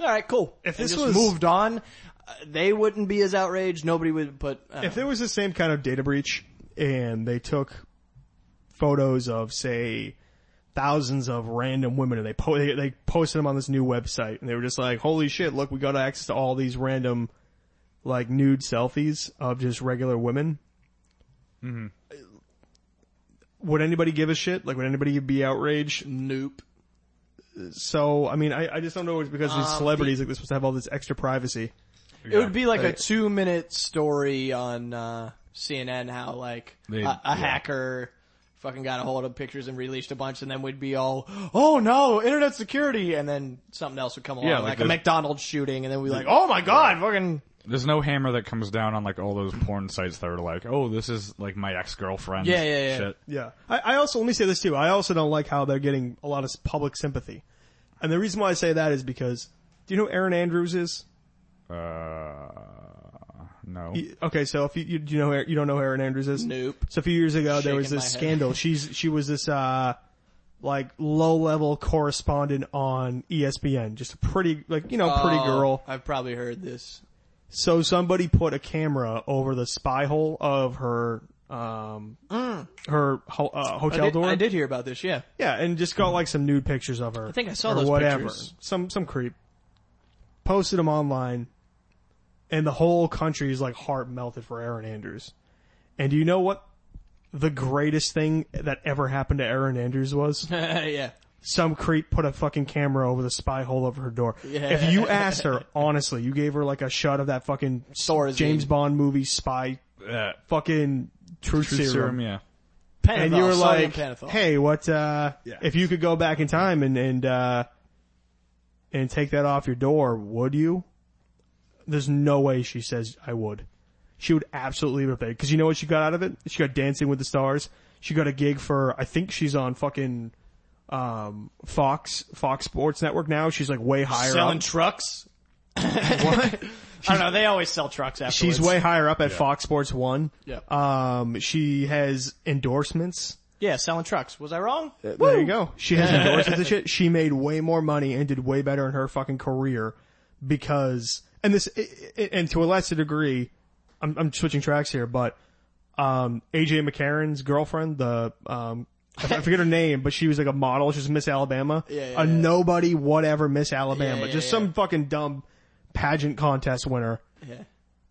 [SPEAKER 3] All right, cool. If
[SPEAKER 2] this
[SPEAKER 3] just
[SPEAKER 2] was-
[SPEAKER 3] moved on, uh, they wouldn't be as outraged. Nobody would. But uh,
[SPEAKER 2] if there was the same kind of data breach and they took photos of say thousands of random women and they, po- they they posted them on this new website and they were just like holy shit look we got access to all these random like nude selfies of just regular women would anybody give a shit like would anybody be outraged
[SPEAKER 3] nope.
[SPEAKER 2] so i mean i, I just don't know it's because these celebrities like they're supposed to have all this extra privacy
[SPEAKER 3] It would be like a two minute story on uh, CNN how like
[SPEAKER 1] They-
[SPEAKER 3] a, a
[SPEAKER 1] yeah.
[SPEAKER 3] hacker fucking got a hold of pictures and released a bunch, and then we'd be all, oh no, internet security, and then something else would come along,
[SPEAKER 1] Yeah, like
[SPEAKER 3] like, a
[SPEAKER 1] there's-
[SPEAKER 3] McDonald's shooting, and then we'd be like, oh my god, fucking
[SPEAKER 1] There's no hammer that comes down on like all those porn sites that are like, oh, this is like my ex girlfriend.
[SPEAKER 3] Yeah, yeah, yeah.
[SPEAKER 1] Shit.
[SPEAKER 2] Yeah. I, I also, let me say this too. I also don't like how they're getting a lot of public sympathy. And the reason why I say that is because, do you know who Aaron Andrews is?
[SPEAKER 1] Uh, no.
[SPEAKER 2] He- okay, so if you, you, do you know, who Aaron- you don't know who Aaron Andrews is?
[SPEAKER 3] nope.
[SPEAKER 2] So a few years ago, there was
[SPEAKER 3] Shaking
[SPEAKER 2] this
[SPEAKER 3] my head.
[SPEAKER 2] scandal. She's, she was this, uh, like low level correspondent on E ESPN. Just a pretty, like, you know, pretty
[SPEAKER 3] Oh,
[SPEAKER 2] girl.
[SPEAKER 3] I've probably heard this.
[SPEAKER 2] So somebody put a camera over the spy hole of her, um, her ho- uh, hotel
[SPEAKER 3] Mm. I did,
[SPEAKER 2] door.
[SPEAKER 3] I did hear about this, yeah.
[SPEAKER 2] Yeah, and just got like some nude pictures of her. I
[SPEAKER 3] think I saw
[SPEAKER 2] or
[SPEAKER 3] those
[SPEAKER 2] whatever.
[SPEAKER 3] pictures.
[SPEAKER 2] Some some creep posted them online, and the whole country's like heart melted for Aaron Andrews. And do you know what the greatest thing that ever happened to Aaron Andrews was?
[SPEAKER 3] yeah.
[SPEAKER 2] some creep put a fucking camera over the spy hole over her door.
[SPEAKER 3] Yeah.
[SPEAKER 2] If you asked her honestly, you gave her like a shot of that fucking
[SPEAKER 3] Thorazine.
[SPEAKER 2] James Bond movie spy
[SPEAKER 1] Uh,
[SPEAKER 2] fucking truth,
[SPEAKER 1] truth serum, yeah.
[SPEAKER 3] Penethol,
[SPEAKER 2] and you were
[SPEAKER 3] sodium
[SPEAKER 2] like,
[SPEAKER 3] pentothal.
[SPEAKER 2] "Hey, what uh,
[SPEAKER 1] Yeah.
[SPEAKER 2] if you could go back in time and and uh, and take that off your door, would you?" There's no way she says I would. She would absolutely leave it there because you know what she got out of it? She got Dancing with the Stars. She got a gig for I think she's on fucking um, Fox Fox Sports Network now. She's like way higher
[SPEAKER 3] selling
[SPEAKER 2] up.
[SPEAKER 3] trucks. I don't know. They always sell trucks afterwards.
[SPEAKER 2] She's way higher up at Fox Sports One.
[SPEAKER 3] Yeah.
[SPEAKER 2] Um, she has endorsements.
[SPEAKER 3] yeah, selling trucks. Was I wrong?
[SPEAKER 2] There you go. She has endorsements and shit. She made way more money and did way better in her fucking career because, and this, i- i- and to a lesser degree, I'm, I'm switching tracks here, but, um, AJ McCarron's girlfriend, the, um, I f- I forget her name, but she was like a model. She was Miss Alabama.
[SPEAKER 3] Yeah, yeah,
[SPEAKER 2] a
[SPEAKER 3] yeah.
[SPEAKER 2] nobody, whatever Miss Alabama.
[SPEAKER 3] Yeah, yeah,
[SPEAKER 2] just
[SPEAKER 3] yeah.
[SPEAKER 2] some fucking dumb pageant contest winner
[SPEAKER 3] Yeah.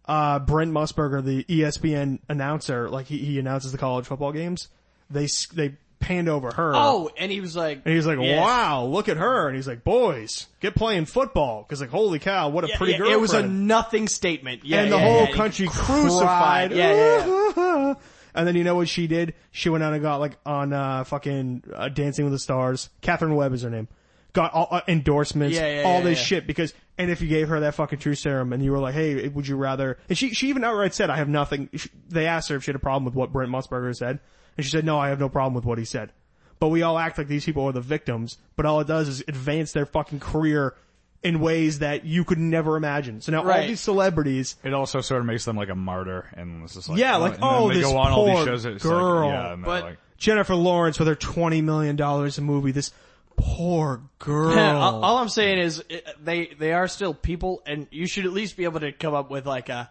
[SPEAKER 2] uh, Brent Musburger, the E ESPN announcer, like he, he announces the college football games. They s- they panned over her.
[SPEAKER 3] Oh, and he was like,
[SPEAKER 2] Uh, And he's like,
[SPEAKER 3] Yeah.
[SPEAKER 2] wow, look at her. And he's like, boys, get playing football. Cause like, holy cow, what a
[SPEAKER 3] Yeah,
[SPEAKER 2] pretty
[SPEAKER 3] yeah,
[SPEAKER 2] girl.
[SPEAKER 3] It was a nothing statement. Yeah,
[SPEAKER 2] and the
[SPEAKER 3] yeah,
[SPEAKER 2] whole
[SPEAKER 3] yeah.
[SPEAKER 2] country
[SPEAKER 3] He
[SPEAKER 2] crucified.
[SPEAKER 3] cried. Yeah, yeah, yeah.
[SPEAKER 2] and then you know what she did? She went out and got like on, uh, fucking, uh, Dancing with the Stars. Catherine Webb is her name. Got all, uh, endorsements,
[SPEAKER 3] Yeah, yeah,
[SPEAKER 2] all
[SPEAKER 3] yeah,
[SPEAKER 2] this
[SPEAKER 3] yeah.
[SPEAKER 2] shit because, and if you gave her that fucking true serum and you were like, hey, would you rather, and she, she even outright said, I have nothing, she, they asked her if she had a problem with what Brent Musburger said, and she said, no, I have no problem with what he said. But we all act like these people are the victims, but all it does is advance their fucking career in ways that you could never imagine. So now all
[SPEAKER 3] Right.
[SPEAKER 2] these celebrities
[SPEAKER 1] It also sort of makes them like a martyr, and this is like
[SPEAKER 2] Yeah, like,
[SPEAKER 1] and then
[SPEAKER 2] oh,
[SPEAKER 1] they
[SPEAKER 2] this
[SPEAKER 1] go on all these
[SPEAKER 2] poor
[SPEAKER 1] shows. It's
[SPEAKER 2] girl.
[SPEAKER 1] Like, yeah, and they're
[SPEAKER 3] But-
[SPEAKER 1] like,
[SPEAKER 2] Jennifer Lawrence with her twenty million dollars a movie. This poor girl.
[SPEAKER 3] Yeah, all, all I'm saying is uh, they they are still people, and you should at least be able to come up with like a,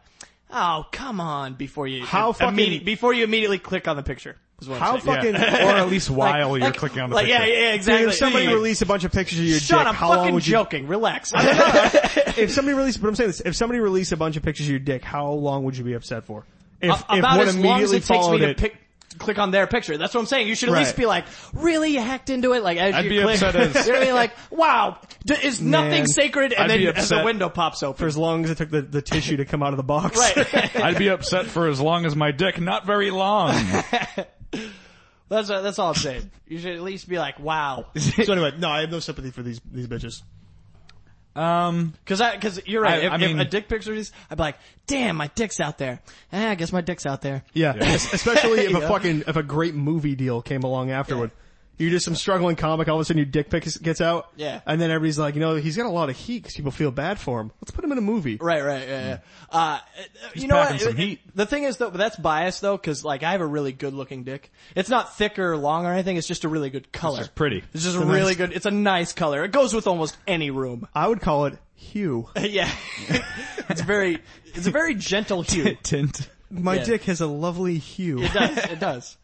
[SPEAKER 3] oh come on, before you
[SPEAKER 2] How
[SPEAKER 3] imme-
[SPEAKER 2] fucking-
[SPEAKER 3] before you immediately click on the picture. Is what
[SPEAKER 2] How
[SPEAKER 3] I'm saying.
[SPEAKER 2] fucking?
[SPEAKER 1] yeah. or at least while you're
[SPEAKER 3] Like-
[SPEAKER 1] clicking on the
[SPEAKER 3] like,
[SPEAKER 1] picture.
[SPEAKER 3] Yeah, yeah,
[SPEAKER 2] Dude,
[SPEAKER 3] exactly.
[SPEAKER 2] if somebody
[SPEAKER 3] Like,
[SPEAKER 2] released a bunch of pictures of your
[SPEAKER 3] shut
[SPEAKER 2] dick,
[SPEAKER 3] up,
[SPEAKER 2] how long
[SPEAKER 3] fucking
[SPEAKER 2] would you?
[SPEAKER 3] joking. Relax.
[SPEAKER 2] If somebody released, but I'm saying this: if somebody released a bunch of pictures of your dick, how long would you be upset for? if, if
[SPEAKER 3] about
[SPEAKER 2] one
[SPEAKER 3] as
[SPEAKER 2] immediately
[SPEAKER 3] long as it takes
[SPEAKER 2] followed
[SPEAKER 3] me to
[SPEAKER 2] it,
[SPEAKER 3] pick, click on their picture. That's what I'm saying. You should at
[SPEAKER 2] Right.
[SPEAKER 3] least be like really hacked into it. Like as
[SPEAKER 1] I'd
[SPEAKER 3] you
[SPEAKER 1] be
[SPEAKER 3] click,
[SPEAKER 1] upset as-
[SPEAKER 3] you're really like, wow, d- is nothing
[SPEAKER 2] Man.
[SPEAKER 3] sacred? And
[SPEAKER 1] I'd
[SPEAKER 3] then
[SPEAKER 1] be
[SPEAKER 3] as the
[SPEAKER 1] upset.
[SPEAKER 3] window pops
[SPEAKER 2] for
[SPEAKER 3] open,
[SPEAKER 2] as long as it took the, the tissue to come out of the box.
[SPEAKER 3] right?
[SPEAKER 1] I'd be upset for as long as my dick, not very long.
[SPEAKER 3] that's that's all I'm saying. You should at least be like, wow,
[SPEAKER 2] so anyway, no, I have no sympathy for these these bitches.
[SPEAKER 1] Um,
[SPEAKER 3] because because you're right.
[SPEAKER 1] I-
[SPEAKER 3] if,
[SPEAKER 1] I mean-
[SPEAKER 3] if a dick picture is, I'd be like, damn, my dick's out there. Eh, I guess my dick's out there.
[SPEAKER 2] Yeah, es- especially if a
[SPEAKER 3] Yeah.
[SPEAKER 2] fucking if a great movie deal came along afterward. You're just some struggling comic. All of a sudden, your dick pic gets out.
[SPEAKER 3] Yeah.
[SPEAKER 2] and then everybody's like, you know, he's got a lot of heat because people feel bad for him. Let's put him in a movie.
[SPEAKER 3] Right, right, yeah, yeah. Uh, you know what?
[SPEAKER 1] packing some heat.
[SPEAKER 3] The thing is though, that's biased though, cause like I have a really good looking dick. It's not thick or long or anything, it's just a really good color.
[SPEAKER 1] just pretty.
[SPEAKER 3] It's just a really good, it's a nice color. It goes with almost any room.
[SPEAKER 2] I would call it Hugh.
[SPEAKER 3] yeah. it's very, it's a very gentle hue.
[SPEAKER 1] tint.
[SPEAKER 2] My
[SPEAKER 3] Yeah.
[SPEAKER 2] dick has a lovely hue.
[SPEAKER 3] It does, it does.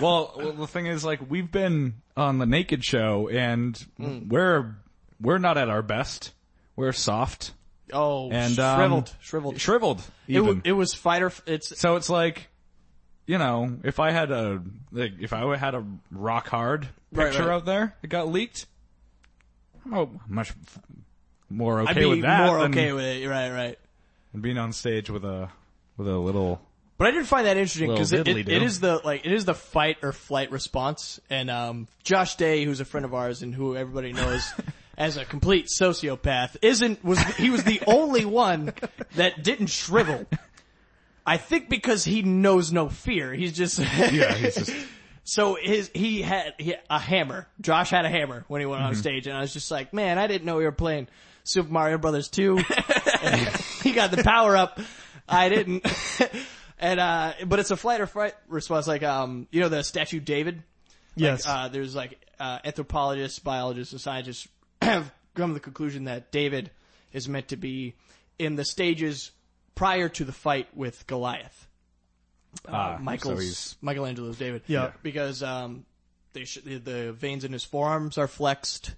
[SPEAKER 1] well, well, the thing is, like, we've been on the Naked Show, and
[SPEAKER 3] Mm.
[SPEAKER 1] we're we're not at our best. We're soft
[SPEAKER 3] Oh,
[SPEAKER 1] and um,
[SPEAKER 3] shriveled, shriveled.
[SPEAKER 1] shriveled.
[SPEAKER 3] it,
[SPEAKER 1] Even.
[SPEAKER 3] w- it was fighter, f- it's,
[SPEAKER 1] so it's like, you know, if I had a like, if I had a rock hard
[SPEAKER 3] Right,
[SPEAKER 1] picture
[SPEAKER 3] right.
[SPEAKER 1] out there, it got leaked. I'm a- much f- more okay
[SPEAKER 3] I'd be
[SPEAKER 1] with that
[SPEAKER 3] more
[SPEAKER 1] than
[SPEAKER 3] okay with it, right, right.
[SPEAKER 1] being on stage with a with a little.
[SPEAKER 3] But I did find that interesting
[SPEAKER 1] Little
[SPEAKER 3] because it, it-
[SPEAKER 1] diddly-do.
[SPEAKER 3] it is the like it is the fight or flight response. And um, Josh Day, who's a friend of ours and who everybody knows as a complete sociopath, isn't was he was the only one that didn't shrivel. I think because he knows no fear. He's just
[SPEAKER 1] Yeah, he's just
[SPEAKER 3] so his he had he, a hammer. Josh had a hammer when he went
[SPEAKER 1] Mm-hmm.
[SPEAKER 3] on stage, and I was just like, man, I didn't know we were playing Super Mario Brothers two. he got the power up. I didn't. and uh, but it's a flight or fight response, like um, you know, the statue David.
[SPEAKER 2] yes,
[SPEAKER 3] Uh, there's like uh, anthropologists, biologists, and scientists have come to the conclusion that David is meant to be in the stages prior to the fight with Goliath.
[SPEAKER 1] Ah,
[SPEAKER 3] Uh, Michael's
[SPEAKER 1] so he's-
[SPEAKER 3] Michelangelo's David.
[SPEAKER 2] Yeah.
[SPEAKER 3] because um, they sh- the, the veins in his forearms are flexed,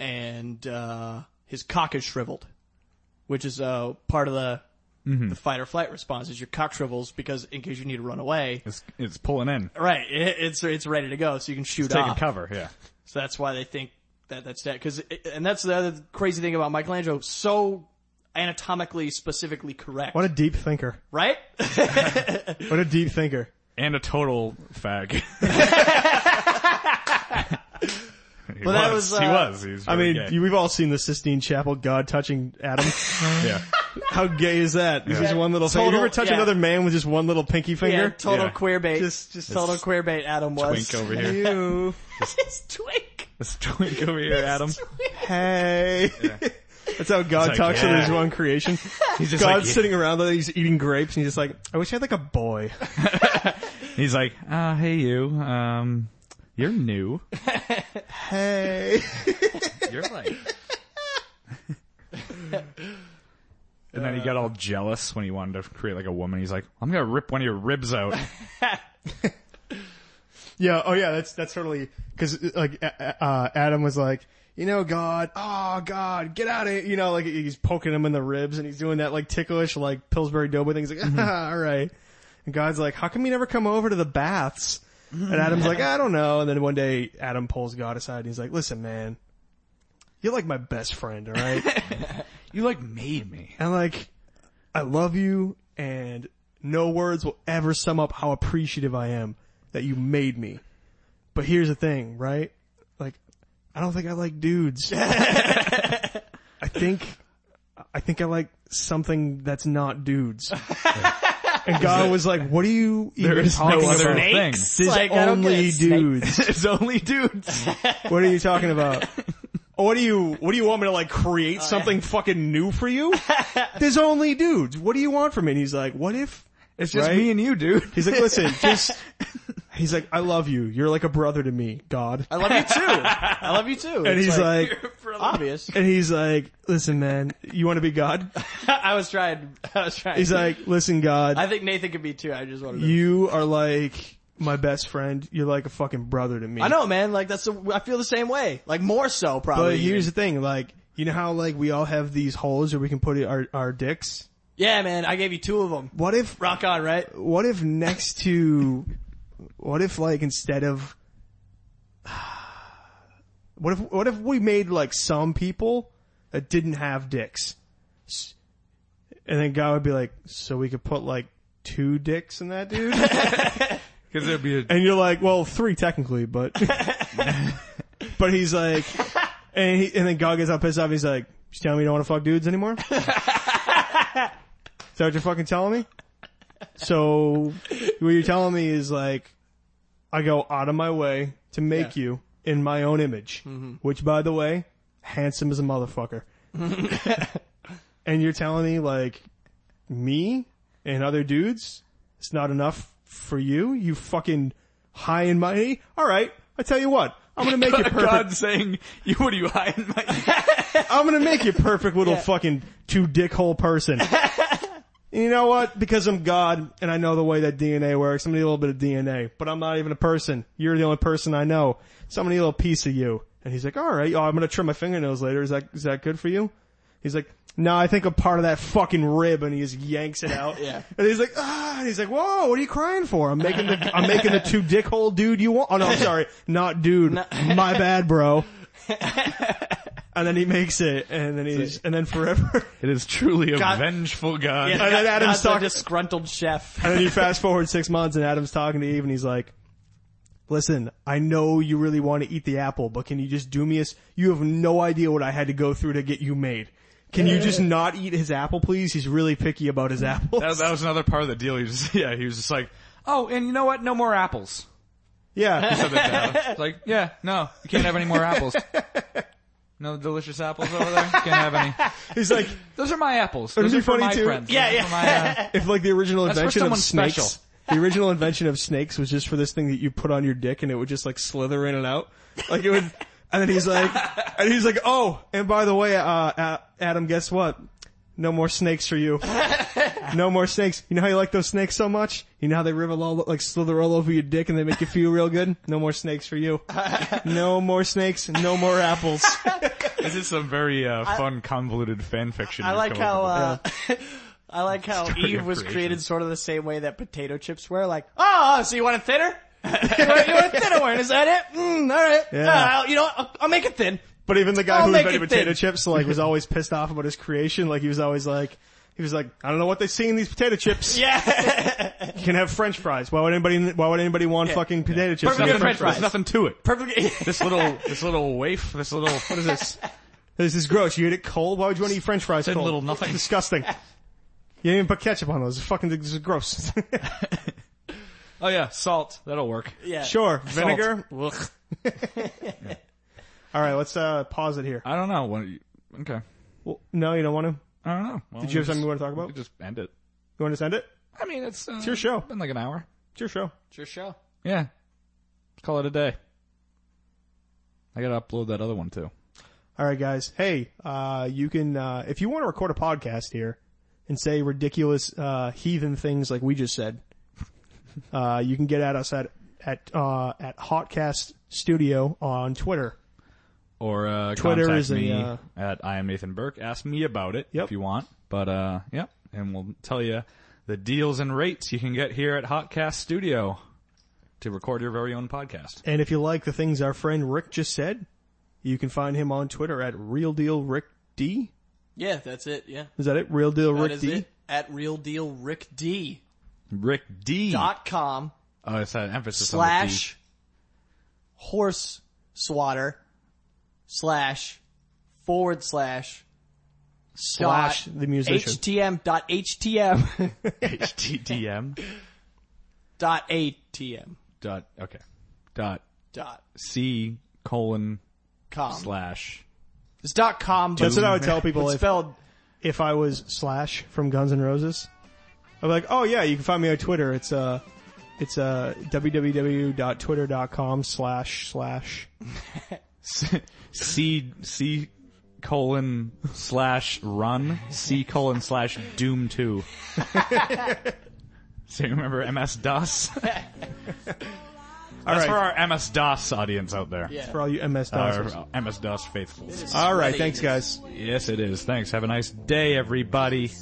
[SPEAKER 3] and uh, his cock is shriveled, which is uh, part of the.
[SPEAKER 2] Mm-hmm.
[SPEAKER 3] The fight or flight response is your cock shrivels because in case you need to run away,
[SPEAKER 1] it's, it's pulling in,
[SPEAKER 3] right? It, it's it's ready to go, so you can shoot
[SPEAKER 1] taking
[SPEAKER 3] off.
[SPEAKER 1] cover. Yeah.
[SPEAKER 3] So that's why they think that that's that. Cause, it- and that's the other crazy thing about Michelangelo. So anatomically specifically correct.
[SPEAKER 2] what a deep thinker.
[SPEAKER 3] right?
[SPEAKER 2] What a deep thinker.
[SPEAKER 1] and a total fag. he
[SPEAKER 3] Well, that was,
[SPEAKER 1] he
[SPEAKER 3] uh,
[SPEAKER 1] was. He was
[SPEAKER 2] I
[SPEAKER 1] really
[SPEAKER 2] mean,
[SPEAKER 1] gay.
[SPEAKER 2] you- we've all seen the Sistine Chapel, God touching Adam.
[SPEAKER 1] yeah.
[SPEAKER 2] How gay is that? He's
[SPEAKER 1] Yeah.
[SPEAKER 2] just one little finger. Have you
[SPEAKER 3] Total-
[SPEAKER 2] ever touch
[SPEAKER 3] yeah.
[SPEAKER 2] another man with just one little pinky
[SPEAKER 3] Yeah,
[SPEAKER 2] finger?
[SPEAKER 3] total
[SPEAKER 1] Yeah.
[SPEAKER 3] queer bait.
[SPEAKER 2] Just- just-
[SPEAKER 3] total queer bait Adam was.
[SPEAKER 1] Twink over here.
[SPEAKER 2] Ew.
[SPEAKER 3] It's twink.
[SPEAKER 1] This twink over here, Adam.
[SPEAKER 2] hey. That's how God
[SPEAKER 1] It's like,
[SPEAKER 2] talks to
[SPEAKER 1] yeah.
[SPEAKER 2] his one creation.
[SPEAKER 1] He's just
[SPEAKER 2] God's
[SPEAKER 1] like,
[SPEAKER 2] sitting around, though, he's eating grapes, and he's just like, I wish I had like a boy.
[SPEAKER 1] he's like, uh, hey you, um, you're new.
[SPEAKER 2] Hey.
[SPEAKER 1] You're like. And then he got all jealous when he wanted to create like a woman. He's like, I'm gonna rip one of your ribs out.
[SPEAKER 2] Yeah. Oh, yeah. That's that's totally because like a- a- uh, Adam was like, you know, God, oh God, get out of here. You know, like he's poking him in the ribs and he's doing that like ticklish like Pillsbury Doughboy thing. He's like,
[SPEAKER 1] Mm-hmm.
[SPEAKER 2] "Ah, all right. And God's like, how come you never come over to the baths? And Adam's
[SPEAKER 1] Mm-hmm.
[SPEAKER 2] like, I don't know. And then one day Adam pulls God aside and he's like, listen, man, you're like my best friend, all right?
[SPEAKER 1] You like made me.
[SPEAKER 2] and like, I love you and no words will ever sum up how appreciative I am that you made me. But here's the thing, right? Like, I don't think I like dudes. I think, I think I like something that's not dudes. and God was like, what are you even
[SPEAKER 1] is no
[SPEAKER 2] talking
[SPEAKER 1] other
[SPEAKER 2] about?
[SPEAKER 1] thing.
[SPEAKER 3] Snakes?
[SPEAKER 2] There's
[SPEAKER 3] Like, I don't get
[SPEAKER 2] only
[SPEAKER 3] it. Snake-
[SPEAKER 2] dudes.
[SPEAKER 1] It's only dudes.
[SPEAKER 2] What are you talking about? What do you What do you want me to like
[SPEAKER 3] Oh,
[SPEAKER 2] create something fucking new for you? There's only dudes. What do you want from me? And he's like, what if?
[SPEAKER 1] It's just
[SPEAKER 2] Right?
[SPEAKER 1] me and you, dude.
[SPEAKER 2] He's like, listen, just. He's like, I love you. You're like a brother to me, God.
[SPEAKER 3] I love you too. I love you too.
[SPEAKER 2] And
[SPEAKER 3] It's
[SPEAKER 2] he's like, "Ah."
[SPEAKER 3] obvious.
[SPEAKER 2] and he's like, listen, man, you want to be God?
[SPEAKER 3] I was trying. I was trying.
[SPEAKER 2] He's like, listen, God,
[SPEAKER 3] I think Nathan could be too. I just wanted to.
[SPEAKER 2] you are like my best friend. You're like a fucking brother to me.
[SPEAKER 3] I know, man. Like that's. The, I feel the same way. Like more so, probably.
[SPEAKER 2] But here's the thing, like, you know how like we all have these holes where we can put our, our dicks?
[SPEAKER 3] Yeah, man, I gave you two of them.
[SPEAKER 2] What if
[SPEAKER 3] Rock on, right?
[SPEAKER 2] what if next to what if like instead of what if what if we made like some people that didn't have dicks S- and then God would be like so we could put like two dicks in that dude
[SPEAKER 1] Because there'd be a
[SPEAKER 2] and you're like well three technically but but he's like and he, and then God gets all pissed off he's like you telling me you don't want to fuck dudes anymore is that what you're fucking telling me so what you're telling me is like, I go out of my way to make
[SPEAKER 3] Yeah.
[SPEAKER 2] you in my own image, which by the way, handsome as a motherfucker. and you're telling me like, me and other dudes, it's not enough for you. You fucking high and mighty. All right. I tell you what, I'm gonna make you perfect.
[SPEAKER 5] God saying, "You what are you hiding?" My-
[SPEAKER 2] I'm gonna make you perfect little fucking two dick hole person. And you know what? Because I'm God and I know the way that DNA works, I'm gonna need a little bit of DNA. But I'm not even a person. You're the only person I know. So I'm gonna need a little piece of you. And he's like, alright, oh, I'm gonna trim my fingernails later. Is that, is that good for you? He's like, no, I think a part of that fucking rib and he just yanks it out.
[SPEAKER 3] Yeah.
[SPEAKER 2] And he's like, ah, and he's like, whoa, what are you crying for? I'm making the, I'm making the two dick hole dude you want. Oh no, I'm sorry. Not dude. My bad, bro. And then he makes it and then he's, and then forever.
[SPEAKER 1] It is truly a
[SPEAKER 3] God-
[SPEAKER 1] vengeful god.
[SPEAKER 3] Yeah,
[SPEAKER 2] And then Adam
[SPEAKER 3] God's a
[SPEAKER 2] Stock-
[SPEAKER 3] disgruntled chef.
[SPEAKER 2] And then you fast forward six months and Adam's talking to Eve and he's like, listen, I know you really want to eat the apple, but can you just do me a, s- you have no idea what I had to go through to get you made. Can you just not eat his apple, please? He's really picky about his apples.
[SPEAKER 1] That, that was another part of the deal. He was just, yeah, he was just like, oh, and you know what? No more apples.
[SPEAKER 2] yeah.
[SPEAKER 1] Said that to Adam. It's like, yeah, no, you can't have any more apples. No delicious apples over there. Can't have any.
[SPEAKER 2] He's like,
[SPEAKER 1] Those are my apples. Those
[SPEAKER 2] be
[SPEAKER 1] are for
[SPEAKER 2] funny
[SPEAKER 1] my
[SPEAKER 2] too?
[SPEAKER 1] friends.
[SPEAKER 3] Yeah,
[SPEAKER 1] Those are
[SPEAKER 3] yeah.
[SPEAKER 1] my, uh,
[SPEAKER 2] if like the original
[SPEAKER 1] That's for
[SPEAKER 2] invention of
[SPEAKER 1] someone
[SPEAKER 2] snakes,
[SPEAKER 1] special.
[SPEAKER 2] the original invention of snakes was just for this thing that you put on your dick and it would just like slither in and out. Like it would, and then he's like, and he's like, oh, and by the way, uh, uh, Adam, guess what? No more snakes for you. No more snakes. You know how you like those snakes so much? You know how they wriggle all, like slither all over your dick and they make you feel real good? No more snakes for you. No more snakes, no more apples.
[SPEAKER 1] this is some very uh, fun, convoluted fan fiction.
[SPEAKER 3] I
[SPEAKER 1] you've
[SPEAKER 3] like
[SPEAKER 1] come up
[SPEAKER 3] how
[SPEAKER 1] with.
[SPEAKER 3] uh, I like how
[SPEAKER 1] Story
[SPEAKER 3] Eve
[SPEAKER 1] of
[SPEAKER 3] was
[SPEAKER 1] creation.
[SPEAKER 3] created sort of the same way that potato chips were. Like, oh, so you want a thinner? you, want, you want a thinner one? Is that it? Mm, all right.
[SPEAKER 2] Yeah.
[SPEAKER 3] Uh, you know, what? I'll, I'll make it thin.
[SPEAKER 2] But even the guy
[SPEAKER 3] I'll
[SPEAKER 2] who
[SPEAKER 3] make
[SPEAKER 2] invented
[SPEAKER 3] it
[SPEAKER 2] potato
[SPEAKER 3] thin.
[SPEAKER 2] chips, like, was always pissed off about his creation. Like, he was always like, he was like, I don't know what they see in these potato chips.
[SPEAKER 3] Yeah,
[SPEAKER 2] You can have French fries. Why would anybody? Why would anybody want fucking potato chips?
[SPEAKER 1] There's nothing-
[SPEAKER 3] good french fries.
[SPEAKER 1] There's nothing to it.
[SPEAKER 3] perfectly.
[SPEAKER 1] This little, this little waif, this little, what is this?
[SPEAKER 2] This is gross. You eat it cold. Why would you want to eat French fries
[SPEAKER 1] Said
[SPEAKER 2] cold?
[SPEAKER 1] little nothing.
[SPEAKER 2] Disgusting. You didn't even put ketchup on those. It's fucking this is gross.
[SPEAKER 1] Oh yeah, salt. That'll work.
[SPEAKER 3] yeah,
[SPEAKER 2] sure, vinegar. All right, let's uh, pause it here.
[SPEAKER 1] I don't know. What, okay.
[SPEAKER 2] Well, no, you don't want to.
[SPEAKER 1] I don't know. Well,
[SPEAKER 2] Did you have
[SPEAKER 1] we
[SPEAKER 2] something
[SPEAKER 1] just-
[SPEAKER 2] you want to talk
[SPEAKER 1] we
[SPEAKER 2] about?
[SPEAKER 1] Just end it.
[SPEAKER 2] You want to send it?
[SPEAKER 1] I mean, it's, uh, it's
[SPEAKER 2] your show.
[SPEAKER 1] Been like an hour.
[SPEAKER 2] It's your show.
[SPEAKER 3] It's your show.
[SPEAKER 1] Yeah. Let's call it a day. I gotta upload that other one too.
[SPEAKER 2] All right, guys. Hey, uh, you can uh, if you want to record a podcast here and say ridiculous uh, heathen things like we just said, uh, you can get at us at at uh, at Hotcast Studio on Twitter.
[SPEAKER 1] Or uh,
[SPEAKER 2] Twitter
[SPEAKER 1] contact
[SPEAKER 2] is a,
[SPEAKER 1] me
[SPEAKER 2] uh,
[SPEAKER 1] at I am Nathan Burke. Ask me about it
[SPEAKER 2] Yep.
[SPEAKER 1] if you want. But uh, yeah, and we'll tell you the deals and rates you can get here at Hotcast Studio to record your very own podcast.
[SPEAKER 2] And if you like the things our friend Rick just said, you can find him on Twitter at Real Deal Rick D.
[SPEAKER 3] Yeah, that's it. Yeah,
[SPEAKER 2] Is that it? Real Deal
[SPEAKER 3] that
[SPEAKER 2] Rick
[SPEAKER 3] is
[SPEAKER 2] D. Hmm.
[SPEAKER 3] it. At realdealrickd
[SPEAKER 1] Rick D.
[SPEAKER 3] dot com
[SPEAKER 1] oh, it's an emphasis on the D.
[SPEAKER 3] slash horse swatter slash forward slash
[SPEAKER 2] Slash
[SPEAKER 3] dot
[SPEAKER 2] the musician.
[SPEAKER 3] htm dot htm
[SPEAKER 1] HTTM
[SPEAKER 3] dot atm
[SPEAKER 1] dot okay dot
[SPEAKER 3] dot
[SPEAKER 1] C colon
[SPEAKER 3] com.
[SPEAKER 1] slash.
[SPEAKER 3] It's dot com, but
[SPEAKER 2] That's what I would tell people
[SPEAKER 3] it's
[SPEAKER 2] if,
[SPEAKER 3] spelled
[SPEAKER 2] if I was Slash from Guns N' Roses. I'm like, oh yeah, you can find me on Twitter. It's uh, it's uh, www.twitter.com slash slash.
[SPEAKER 1] C C colon slash run C colon slash Doom two. so you remember MS DOS? That's
[SPEAKER 2] All
[SPEAKER 1] for
[SPEAKER 2] right,
[SPEAKER 1] our MS DOS audience out there.
[SPEAKER 3] yeah.
[SPEAKER 2] for all you MS DOS.
[SPEAKER 1] Our MS DOS faithfuls.
[SPEAKER 2] All right, thanks guys.
[SPEAKER 1] Yes, it is. Thanks. Have a nice day, everybody.